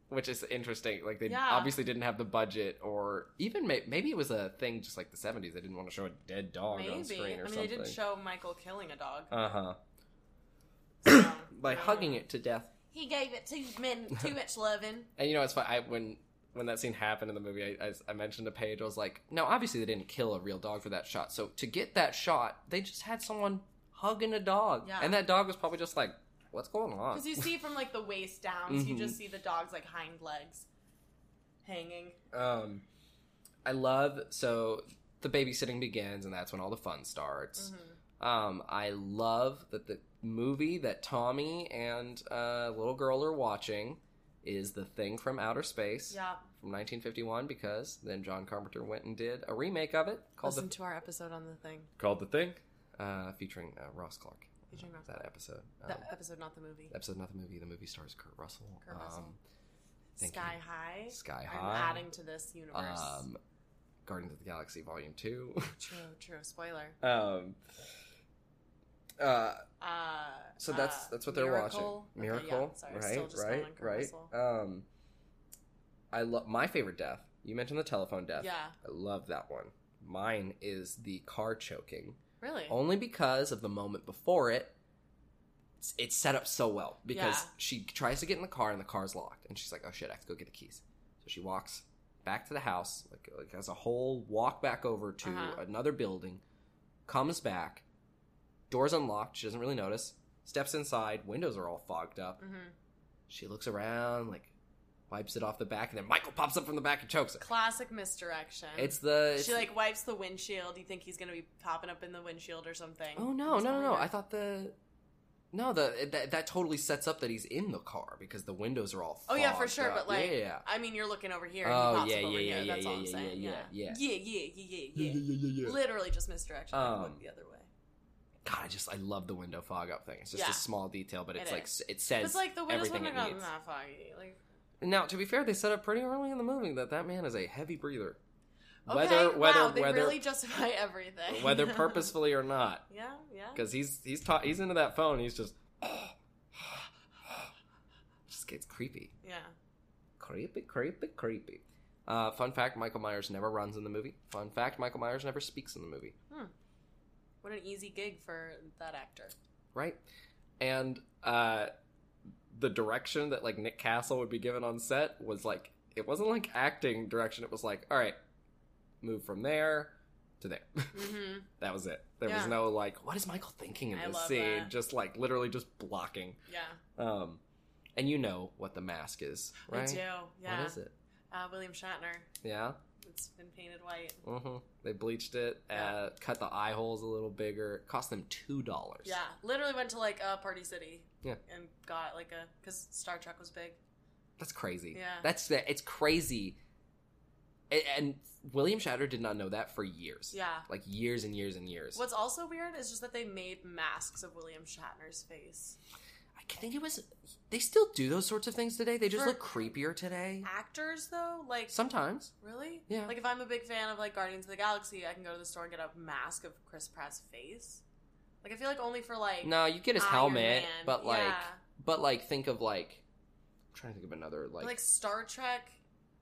A: which is interesting. Like they
B: Yeah.
A: obviously didn't have the budget, or even may- maybe it was a thing just like the '70s. They didn't want to show a dead dog on
B: Maybe. I
A: screen or
B: mean, they
A: something.
B: didn't show Michael killing a dog.
A: uh huh.
B: So,
A: By hugging it to death.
B: He gave it too, men, too much loving.
A: And you know, it's funny. I, when when that scene happened in the movie, I, I, I mentioned to Paige, I was like, "No, obviously they didn't kill a real dog for that shot. So to get that shot, they just had someone hugging a dog,
B: Yeah.
A: and that dog was probably just like, "What's going on?"
B: Because you see from like the waist down, so
A: Mm-hmm.
B: you just see the dog's like hind legs hanging.
A: Um, I love so the babysitting begins, and that's when all the fun starts.
B: Mm-hmm.
A: Um, I love that the movie that Tommy and uh, little girl are watching is the thing from outer space.
B: Yeah.
A: from 1951 because then John Carpenter went and did a remake of it called
B: Listen
A: the
B: to our episode on the thing.
A: called the Thing, uh, featuring uh, Ross Clark.
B: Featuring Ross
A: that episode. Um,
B: That episode, not the movie.
A: episode, not the movie. The movie stars Kurt Russell.
B: Kurt Russell.
A: thank
B: Sky
A: you.
B: High.
A: Sky
B: I'm
A: High.
B: adding to this universe.
A: Um, Guardians of the Galaxy Volume Two.
B: true, true. Spoiler.
A: um, uh,
B: Uh,
A: so that's
B: uh,
A: that's what they're
B: Miracle.
A: watching. Miracle,
B: Okay, yeah, sorry,
A: right?
B: still just
A: right,
B: going on Kurt
A: right.
B: Russell.
A: Um, I love my favorite death. You mentioned the telephone death.
B: Yeah.
A: I love that one. Mine is the car choking. Oh.
B: Really?
A: only because of the moment before it it's, it's set up so well because
B: Yeah.
A: she tries to get in the car and the car's locked, and she's like, "Oh shit, I have to go get the keys." So she walks back to the house, like, like has a whole walk back over to
B: Uh-huh.
A: another building, comes back, doors unlocked, she doesn't really notice, steps inside, windows are all fogged up.
B: hmm
A: She looks around, like wipes it off the back, and then Michael pops up from the back and chokes her.
B: Classic misdirection.
A: It's the it's
B: she like wipes the windshield. You think he's gonna be popping up in the windshield or something?
A: Oh no,
B: It's
A: no, no,
B: not
A: no!
B: like
A: I thought the no the that, that totally sets up that he's in the car because the windows are all.
B: Oh, yeah,
A: fogged
B: for sure,
A: up.
B: but, like,
A: yeah, yeah,
B: that. I mean, you're looking over here.
A: Oh,
B: and he pops
A: yeah,
B: up
A: yeah, yeah,
B: over here.
A: yeah,
B: That's
A: yeah,
B: all I'm
A: yeah,
B: saying.
A: yeah,
B: yeah,
A: yeah,
B: yeah, yeah, yeah, yeah.
A: yeah,
B: Literally just misdirection. I
A: Um,
B: look the other way.
A: God, I just I love the window fog up thing. It's just
B: Yeah.
A: a small detail, but it's
B: It
A: like
B: is.
A: s- it says
B: It's like the windows
A: everything
B: wouldn't
A: it
B: have gotten
A: needs.
B: that foggy. Like,
A: Now, to be fair, they set up pretty early in the movie that that man is a heavy breather,
B: okay,
A: whether whether
B: wow, they
A: whether
B: really justify everything.
A: whether purposefully or not,
B: yeah, yeah.
A: because he's he's ta- he's into that phone. He's just just gets creepy.
B: Yeah.
A: Creepy, creepy, creepy. Uh, fun fact: Michael Myers never runs in the movie. Fun fact: Michael Myers never speaks in the movie.
B: What an easy gig for that actor.
A: Right? And uh, the direction that like Nick Castle would be given on set was like it wasn't like acting direction. It was like, all right, move from there to there.
B: Mm-hmm.
A: that was it. There was
B: Yeah.
A: no like, what is Michael thinking in
B: I
A: this
B: love
A: scene?
B: that.
A: Just like literally just blocking.
B: Yeah,
A: Um, and you know what the mask is, right?
B: I do. Yeah,
A: What is it?
B: Uh, William Shatner.
A: Yeah.
B: It's been painted white.
A: hmm They bleached it,
B: Mm-hmm. Yeah.
A: uh, cut the eye holes a little bigger. It cost them two dollars.
B: Yeah, literally went to like uh, Party City.
A: Yeah.
B: and got like a because Star Trek was big.
A: that's crazy.
B: Yeah.
A: that's that. It's crazy. And, and William Shatner did not know that for years.
B: Yeah.
A: like years and years and years.
B: What's also weird is just that they made masks of William Shatner's face.
A: I think it was. They still do those sorts of things today. They just
B: For-
A: look creepier today.
B: Actors though, like
A: Sometimes.
B: really,
A: Yeah.
B: Like if I'm a big fan of like Guardians of the Galaxy, I can go to the store and get a mask of Chris Pratt's face. Like I feel like only for like
A: No, you get his
B: Iron
A: helmet,
B: Man.
A: but like,
B: Yeah.
A: but like, think of like. I'm trying to think of another like.
B: like, Star Trek,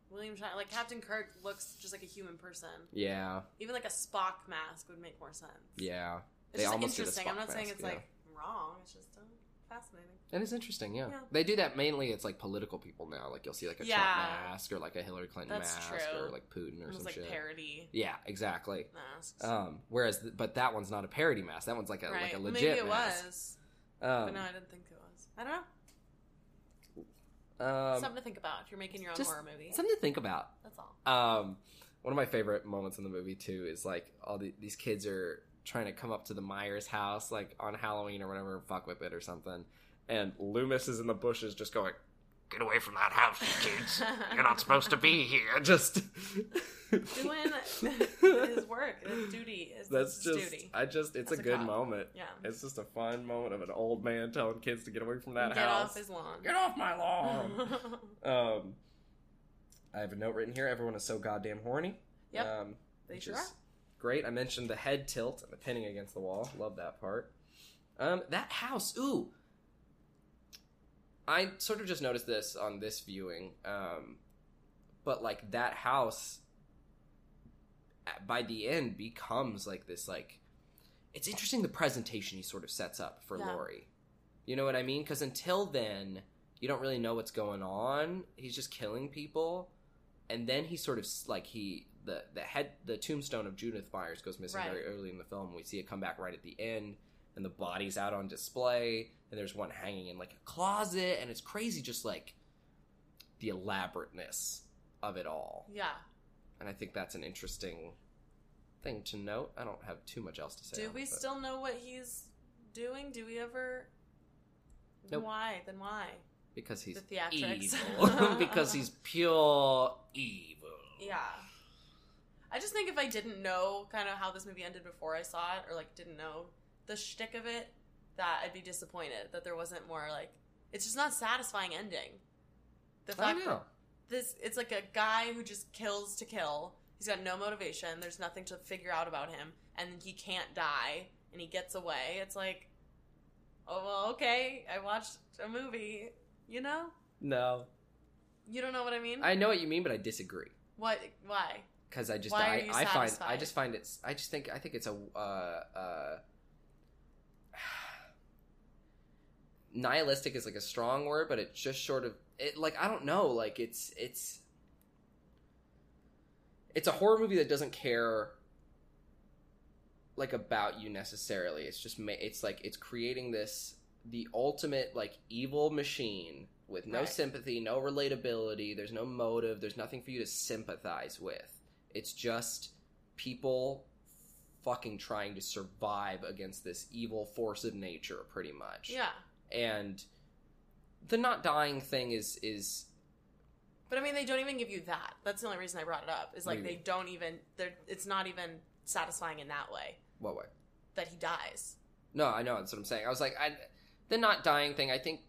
B: William Shatner, like Captain Kirk looks just like a human person.
A: yeah,
B: Even like a Spock mask would make more sense.
A: yeah,
B: it's just
A: almost did a
B: interesting. I'm
A: Spock
B: not saying
A: mask,
B: it's
A: yeah.
B: like wrong. It's just uh, fascinating.
A: It is interesting, yeah.
B: Yeah.
A: They do that mainly. It's like political people now. Like you'll see like a
B: Yeah.
A: Trump mask or like a Hillary Clinton
B: That's
A: mask
B: true.
A: or like Putin or
B: Almost
A: some
B: like
A: shit.
B: parody
A: yeah, exactly.
B: masks.
A: Um, whereas, th- but that one's not a parody mask. That one's like a
B: right?
A: like a
B: Well,
A: legit
B: Maybe it
A: mask.
B: was,
A: Um,
B: but no, I didn't think it was. I don't know.
A: um,
B: Something to think about if you're making your own
A: just
B: horror movie.
A: something to think about.
B: That's all.
A: Um, one of my favorite moments in the movie too is like all the, these kids are trying to come up to the Myers house like on Halloween or whatever, and fuck with it or something. And Loomis is in the bushes, just going,
C: Get away from that house, you kids. You're not supposed to be here.
A: just
B: doing his work, his duty. His,
A: That's
B: his
A: just,
B: duty.
A: I just, it's
B: That's
A: a
B: a
A: good
B: cop.
A: moment.
B: Yeah.
A: It's just a fun moment of an old man telling kids to get away from that
B: Get
A: house.
B: off his lawn.
A: get off my lawn. um, I have a note written here. Everyone is so goddamn horny.
B: Yep.
A: Um,
B: they
A: which
B: sure.
A: is
B: are.
A: Great. I mentioned the head tilt and the pinning against the wall. Love that part. Um, that house. Ooh. I sort of just noticed this on this viewing. Um, but like that house at- by the end becomes like this like it's interesting the presentation he sort of sets up for
B: Yeah.
A: Lori. You know what I mean? Because until then, you don't really know what's going on. He's just killing people, and then he sort of s- like he the the head the tombstone of Judith Myers goes missing
B: Right.
A: very early in the film. We see it come back right at the end, and the body's out on display, and there's one hanging in like a closet, and it's crazy, just like the elaborateness of it all.
B: Yeah.
A: And I think that's an interesting thing to note. I don't have too much else to say.
B: Do
A: on
B: we
A: it, but-
B: still know what he's doing? Do we ever?
A: Nope.
B: Why? Then why?
A: Because he's
B: The theatrics.
A: evil. because he's pure evil.
B: Yeah. I just think if I didn't know kind of how this movie ended before I saw it, or like didn't know the shtick of it, that I'd be disappointed that there wasn't more like. It's just not satisfying ending. The
A: I
B: fact
A: know.
B: this it's like a guy who just kills to kill. He's got no motivation. There's nothing to figure out about him, and he can't die, and he gets away. It's like, oh well, okay. I watched a movie. You know,
A: No,
B: you don't know what I mean.
A: I know what you mean, but I disagree.
B: what? Why?
A: Because I just,
B: Why are
A: I,
B: you
A: I find, I
B: satisfied?
A: just find it's, I just think, I think it's a, uh, uh, nihilistic is like a strong word, but it's just short of it. Like I don't know. Like it's it's it's a horror movie that doesn't care like about you necessarily. It's just ma- it's like it's creating this the ultimate like evil machine with no
B: Right.
A: sympathy, no relatability. There's no motive. There's nothing for you to sympathize with. It's just people fucking trying to survive against this evil force of nature, pretty much
B: Yeah.
A: and the not dying thing is is
B: But I mean, they don't even give you that. That's the only reason I brought it up. Is
A: What
B: like
A: do you
B: they don't even. They're. It's not even satisfying in that way
A: what way?
B: that he dies.
A: No, I know that's what I'm saying. I was like, I, the not dying thing. I think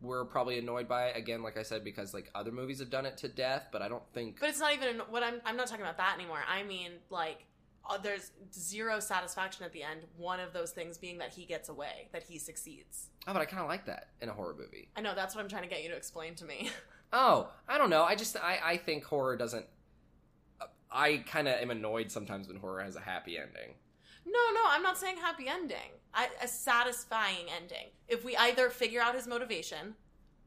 A: we're probably annoyed by it again, like I said, because like other movies have done it to death, but I don't think.
B: But it's not even what I'm. I'm not talking about that anymore. I mean, like uh, there's zero satisfaction at the end. One of those things being that he gets away, that he succeeds.
A: oh, but I kind of like that in a horror movie.
B: I know that's what I'm trying to get you to explain to me.
A: Oh, I don't know. I just I I think horror doesn't. I kind of am annoyed sometimes when horror has a happy ending.
B: No, no, I'm not saying happy ending. I, a satisfying ending. If we either figure out his motivation,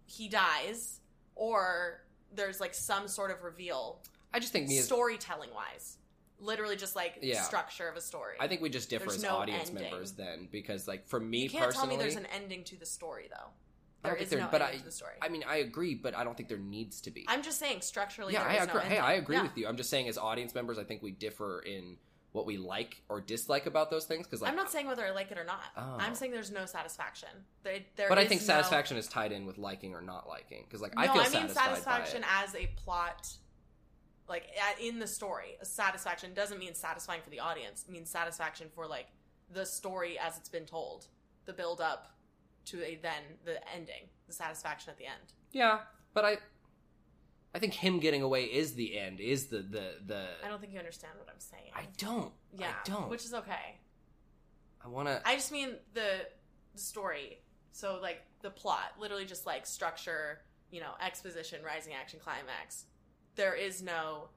B: he dies, or there's like some sort of reveal,
A: I just think me as
B: storytelling wise. Literally, just like
A: Yeah.
B: structure of a story.
A: I think we just differ
B: There's
A: as
B: no
A: audience
B: ending.
A: members then because like for me
B: you can't
A: personally,
B: tell me there's an ending to the story, though.
A: I
B: There
A: don't think
B: is
A: there-
B: no
A: but
B: ending
A: I-
B: to the story.
A: I mean, I agree, but I don't think there needs to be.
B: I'm just saying structurally.
A: yeah,
B: there
A: I
B: was
A: agree.
B: No
A: hey, I agree
B: with you.
A: with you. I'm just saying, as audience members, I think we differ in what we like or dislike about those things. Because like, uh,
B: I'm not saying whether I like it or not.
A: Oh.
B: I'm saying there's no satisfaction. There, there
A: but I
B: is
A: think
B: no-
A: satisfaction is tied in with liking or not liking. Because like, I
B: no,
A: feel
B: I mean
A: satisfied
B: satisfaction
A: By it.
B: as a plot, like a- in the story. Satisfaction doesn't mean satisfying for the audience. It means satisfaction for like the story as it's been told, the build up to a then the ending, the satisfaction at the end.
A: Yeah, but I, I think him getting away is the end. Is the the the.
B: I don't think you understand what I'm saying.
A: I don't.
B: yeah,
A: I don't.
B: which is okay.
A: I want to.
B: I just mean the, the story. So like the plot, literally just like structure, you know, exposition, rising action, climax. There is no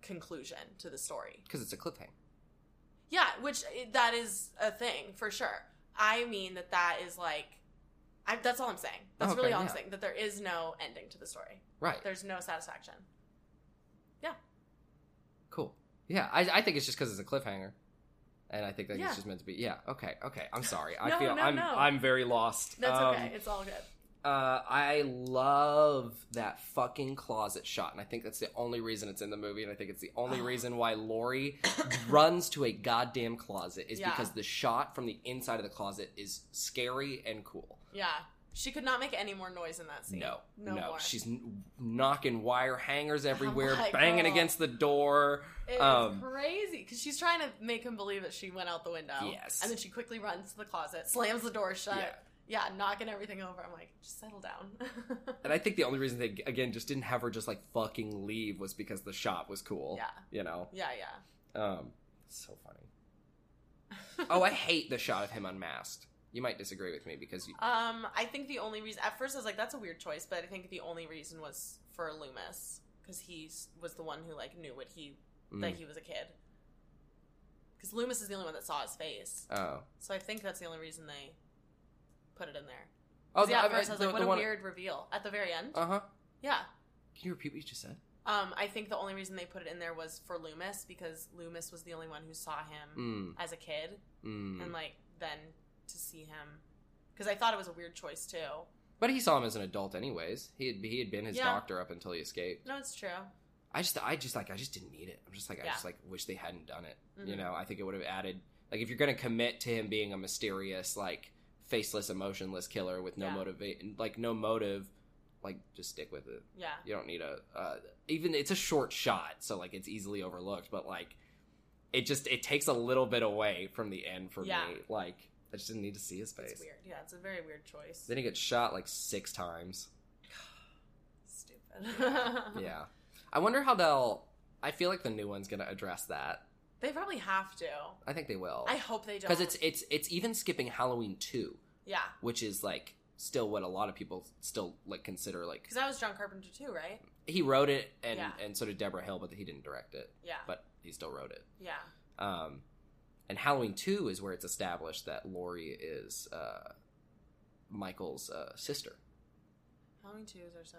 B: conclusion to the story.
A: Because it's a cliffhanger.
B: Yeah, which eh, that is a thing for sure. I mean that that is like, I, that's all I'm saying. That's
A: Oh, Okay,
B: really all I'm
A: yeah.
B: saying. That there is no ending to the story.
A: Right.
B: There's no satisfaction.
A: Cool. Yeah, I, I think it's just because it's a cliffhanger, and I think that
B: Yeah.
A: it's just meant to be. Yeah. Okay. Okay. I'm sorry. I
B: No,
A: feel
B: no,
A: I'm
B: no.
A: I'm very lost.
B: That's
A: Um,
B: okay. It's all good.
A: Uh, I love that fucking closet shot, and I think that's the only reason it's in the movie, and I think it's the only
B: Oh.
A: reason why Lori runs to a goddamn closet is
B: Yeah.
A: because the shot from the inside of the closet is scary and cool.
B: Yeah, she could not make any more noise in that scene.
A: No, no,
B: no, more. Oh
A: she's n- knocking wire hangers everywhere,
B: my
A: banging
B: God.
A: against the door.
B: It is
A: um,
B: crazy because she's trying to make him believe that she went out the window.
A: Yes.
B: and then she quickly runs to the closet, slams the door shut.
A: Yeah.
B: Yeah, knocking everything over. I'm like, just settle down.
A: And I think the only reason they again just didn't have her just like fucking leave was because the shot was cool.
B: Yeah.
A: you know.
B: yeah, yeah.
A: Um, so funny. oh, I hate the shot of him unmasked. You might disagree with me because you,
B: Um, I think the only reason at first I was like, that's a weird choice, but I think the only reason was for Loomis because he s- was the one who like knew what he that
A: Mm.
B: he was a kid. Because Loomis is the only one that saw his face,
A: oh
B: so I think that's the only reason they put it in there.
A: oh
B: 'Cause, yeah,
A: the-
B: at first I was
A: the-
B: like, what
A: the
B: a
A: one-
B: weird reveal at the very end.
A: uh huh.
B: yeah.
A: Can you repeat what you just said?
B: Um, I think the only reason they put it in there was for Loomis because Loomis was the only one who saw him
A: Mm,
B: as a kid,
A: mm.
B: and like then to see him because I thought it was a weird choice too.
A: But he saw him as an adult, anyways. He had he had been his
B: Yeah.
A: doctor up until he escaped.
B: No, it's true. Mm-hmm.
A: I just I just like I just didn't need it. I'm just like I
B: Yeah.
A: just like wish they hadn't done it. You
B: Mhm.
A: know, I think it would have added like if you're going to commit to him being a mysterious like faceless emotionless killer with no
B: Yeah.
A: motivate like no motive, like just stick with it.
B: Yeah.
A: You don't need a uh, even it's a short shot, so like it's easily overlooked, but like it just it takes a little bit away from the end for
B: Yeah.
A: me. Like I just didn't need to see his face.
B: It's weird. Yeah, it's a very weird choice.
A: Then he gets shot like 6 times.
B: Stupid.
A: yeah. I wonder how they'll I feel like the new one's going to address that.
B: They probably have to.
A: I think they will.
B: I hope they don't.
A: because it's it's it's even skipping Halloween 2.
B: yeah.
A: which is like still what a lot of people still like consider like
B: Because that was John Carpenter too, right?
A: he wrote it and
B: Yeah.
A: and so did Deborah Hill, but he didn't direct it,
B: Yeah.
A: but he still wrote it.
B: yeah.
A: Um, and Halloween Two is where it's established that Laurie is uh, Michael's uh, sister.
B: How many twos are so?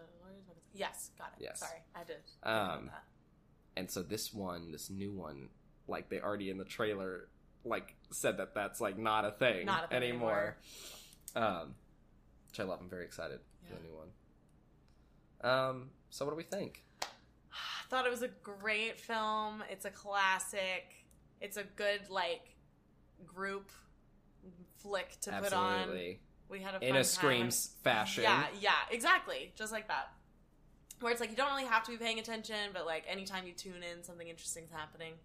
B: Yes, got it.
A: Yes.
B: Sorry, I did.
A: Um, and so this one, this new one, like they already in the trailer, like said that that's like not a thing,
B: Not a thing
A: anymore. Um, which I love. I'm very excited for
B: Yeah.
A: the new one. Um, so what do we think?
B: I thought it was a great film. It's a classic. It's a good like group flick to put on.
A: Absolutely
B: We had a fun
A: in a
B: time.
A: screams fashion.
B: Yeah, yeah, exactly. Just like that. Where it's like you don't really have to be paying attention, but like anytime you tune in, something interesting's happening.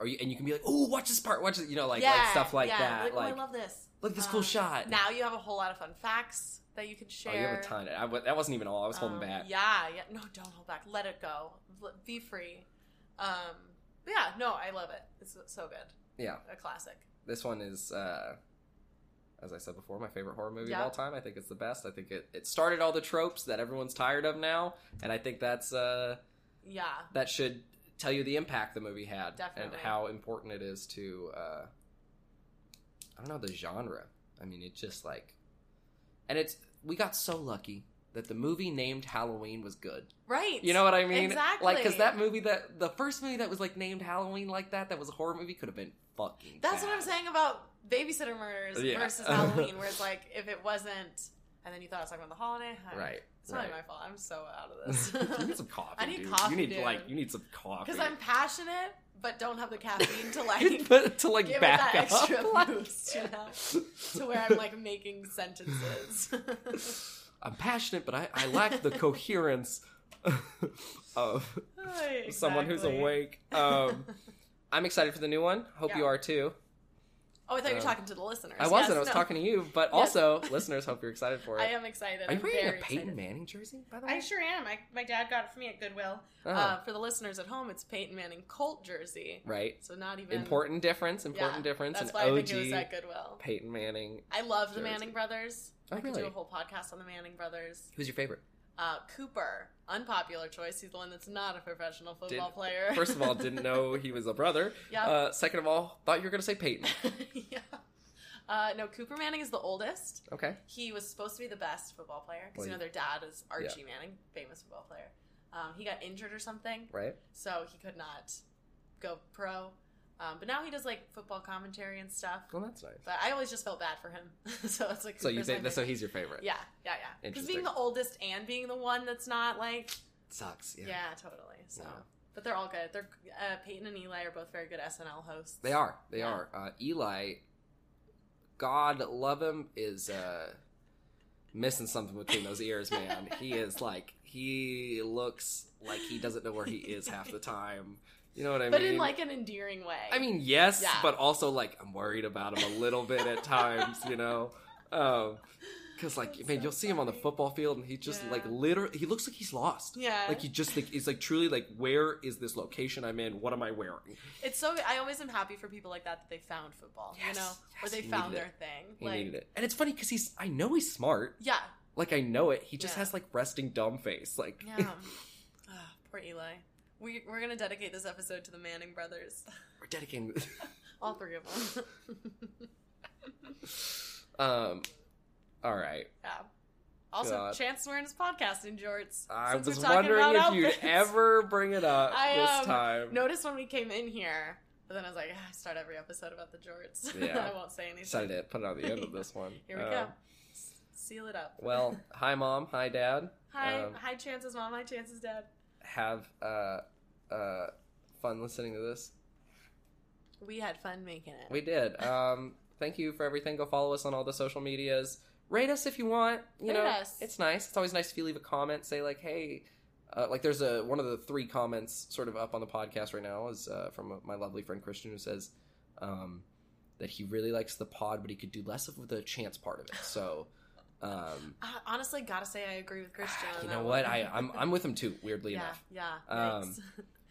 A: Or you, and you can be like, "Oh, watch this part! Watch it!" You know, like,
B: yeah,
A: like stuff like
B: yeah.
A: that.
B: Like,
A: Like,
B: oh, I love this.
A: look at this cool
B: Um,
A: shot.
B: Now you have a whole lot of fun facts that you can share.
A: oh, you have a ton. I, wa- that wasn't even all. I was holding
B: Um,
A: back.
B: Yeah, yeah. No, don't hold back. Let it go. L- Be free. Um, but yeah, no, I love it. It's so good.
A: Yeah.
B: A classic.
A: this one is uh as i said before my favorite horror movie
B: Yeah.
A: of all time i think it's the best i think it, it started all the tropes that everyone's tired of now and i think that's uh
B: Yeah,
A: that should tell you the impact the movie had
B: Definitely.
A: and how important it is to uh i don't know the genre i mean it just like and it's we got so lucky that the movie named halloween was good
B: right.
A: you know what i mean like because
B: Exactly.
A: that movie that the first movie that was like named halloween like that that was a horror movie could have been fucking
B: that's what I'm
A: bad.
B: saying about babysitter murders
A: Yeah.
B: versus Halloween, where it's like if it wasn't, and then you thought I was talking about the holiday. huh,
A: right
B: It's not
A: right.
B: my fault. I'm so out of this.
A: you need some coffee.
B: I need
A: dude.
B: coffee,
A: You need
B: dude.
A: like you need some coffee.
B: Because I'm passionate, but don't have the caffeine to like give
A: But to like
B: it
A: back
B: that
A: up.
B: extra boost, you know, to where I'm like making sentences.
A: I'm passionate, but I, I lack the coherence of someone who's
B: Exactly.
A: awake. Um, I'm excited for the new one. Hope you
B: Yeah.
A: are too.
B: Oh, I thought you were
A: Uh,
B: talking to the listeners.
A: I wasn't.
B: Yes,
A: I was
B: no.
A: talking to you, but
B: Yes.
A: also listeners, hope you're excited for it.
B: I am excited.
A: are you
B: I'm
A: wearing a
B: very
A: Peyton
B: excited.
A: Manning jersey? By the way,
B: I sure am. I, my dad got it for me at Goodwill.
A: Oh,
B: Uh, for the listeners at home, it's Peyton Manning Colt jersey.
A: right.
B: So not even
A: Important difference. Important
B: Yeah,
A: difference.
B: That's
A: an
B: why I
A: OG
B: think it was at Goodwill.
A: Peyton Manning.
B: I love the
A: Jersey.
B: Manning brothers.
A: Oh,
B: I could do
A: really?
B: a whole podcast on the Manning brothers.
A: Who's your favorite?
B: Uh, Cooper, unpopular choice. He's the one that's not a professional football
A: Didn't-
B: player.
A: First of all, didn't know he was a brother.
B: yeah.
A: Uh, second of all, thought you were going to say Peyton.
B: yeah. Uh, no, Cooper Manning is the oldest.
A: Okay.
B: He was supposed to be the best football player
A: Well,
B: because you know
A: you-
B: their dad is Archie Manning, famous football player. Um, he got injured or something,
A: Right.
B: so he could not go pro. Um, but now he does like football commentary and stuff.
A: Well, that's nice.
B: But I always just felt bad for him, so it's like
A: So you
B: Cooper's
A: think
B: my
A: that so
B: favorite.
A: he's your favorite?
B: yeah, yeah, yeah. Because
A: Interesting.
B: being the oldest and being the one that's not like
A: Sucks.
B: yeah, totally. So,
A: Yeah.
B: but they're all good. They're uh, Peyton and Eli are both very good SNL hosts.
A: They are. They
B: Yeah.
A: are. Uh, Eli, God love him, is uh, missing something between those ears, man. he is like he looks like he doesn't know where he is half the time. You know what I
B: but
A: mean?
B: in like an endearing way.
A: I mean, yes,
B: Yeah.
A: but also like I'm worried about him a little bit at times, you know. Um 'cause because like
B: That's
A: man,
B: so
A: you'll see him on the
B: funny.
A: football field, and he just
B: Yeah.
A: like literally, he looks like he's lost.
B: yeah,
A: Like he just like it's like truly like where is this location I'm in? What am I wearing?
B: It's so I always am happy for people like that that they found football, you
A: Yes,
B: know, or
A: yes,
B: they
A: he
B: found
A: needed
B: their thing.
A: He
B: like,
A: needed it, and it's funny because he's I know he's smart,
B: yeah,
A: like I know it. He just
B: Yeah.
A: has like resting dumb face, like
B: yeah. Ah, poor Eli. We we're gonna dedicate this episode to the Manning brothers,
A: we're dedicating.
B: all three of them.
A: um, all right.
B: yeah. Also,
A: God.
B: Chance wearing his podcasting jorts.
A: I
B: since we're
A: was
B: talking
A: wondering
B: about
A: if you'd
B: outfits.
A: ever bring it up
B: I,
A: this
B: um,
A: time.
B: notice when we came in here, but then I was like, "Ah, I start every episode about the jorts.
A: Yeah.
B: I won't say anything.
A: Decided to put it on the end of this one.
B: Here we
A: Um,
B: go. S- Seal it up.
A: Well, hi mom, hi dad.
B: hi,
A: um,
B: hi, Chance's mom. Hi, Chance's dad.
A: Have uh uh fun listening to this.
B: We had fun making it.
A: We did. Um thank you for everything. Go follow us on all the social medias. Rate us if you want. You
B: Rate
A: know,
B: us.
A: it's nice. It's always nice if you leave a comment, say like, "Hey, uh, like there's a one of the three comments sort of up on the podcast right now is uh, from my lovely friend Christian who says um that he really likes the pod, but he could do less of the chance part of it. So, um
B: I honestly gotta say I agree with Christian. on
A: you
B: that
A: know
B: one.
A: what? I I'm I'm with him too, weirdly
B: yeah,
A: enough.
B: yeah.
A: Um,
B: thanks.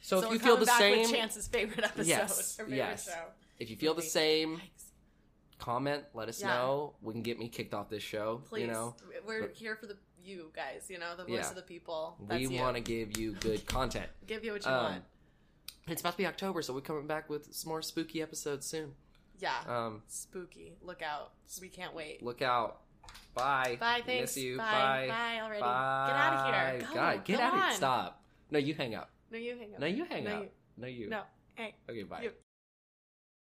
A: So,
B: we're
A: if you feel
B: coming
A: the
B: back
A: same
B: with Chance's favorite episode,
A: Yes,
B: or favorite
A: yes.
B: show.
A: If you feel the
B: Maybe.
A: same,
B: Yikes.
A: comment, let us
B: Yeah.
A: know. We can get me kicked off this show. You
B: Please,
A: know,
B: we're
A: But-
B: here for the you guys. You know, the voice
A: Yeah.
B: of the people. That's
A: we
B: you.
A: want to give you good content.
B: give you what you
A: um,
B: want.
A: It's about to be October, so we're coming back with some more spooky episodes soon.
B: Yeah,
A: Um,
B: spooky. Look out. We can't wait.
A: look out. Bye.
B: Bye. Thanks.
A: Miss you. Bye.
B: Bye. Bye already. Get out of here.
A: Bye.
B: Go.
A: God, get
B: Go
A: out of
B: on.
A: here. Stop. No, you hang up.
B: No, you hang up.
A: No, you hang
B: No,
A: up.
B: you-
A: No, you.
B: No. Hey.
A: Okay, bye.
B: You-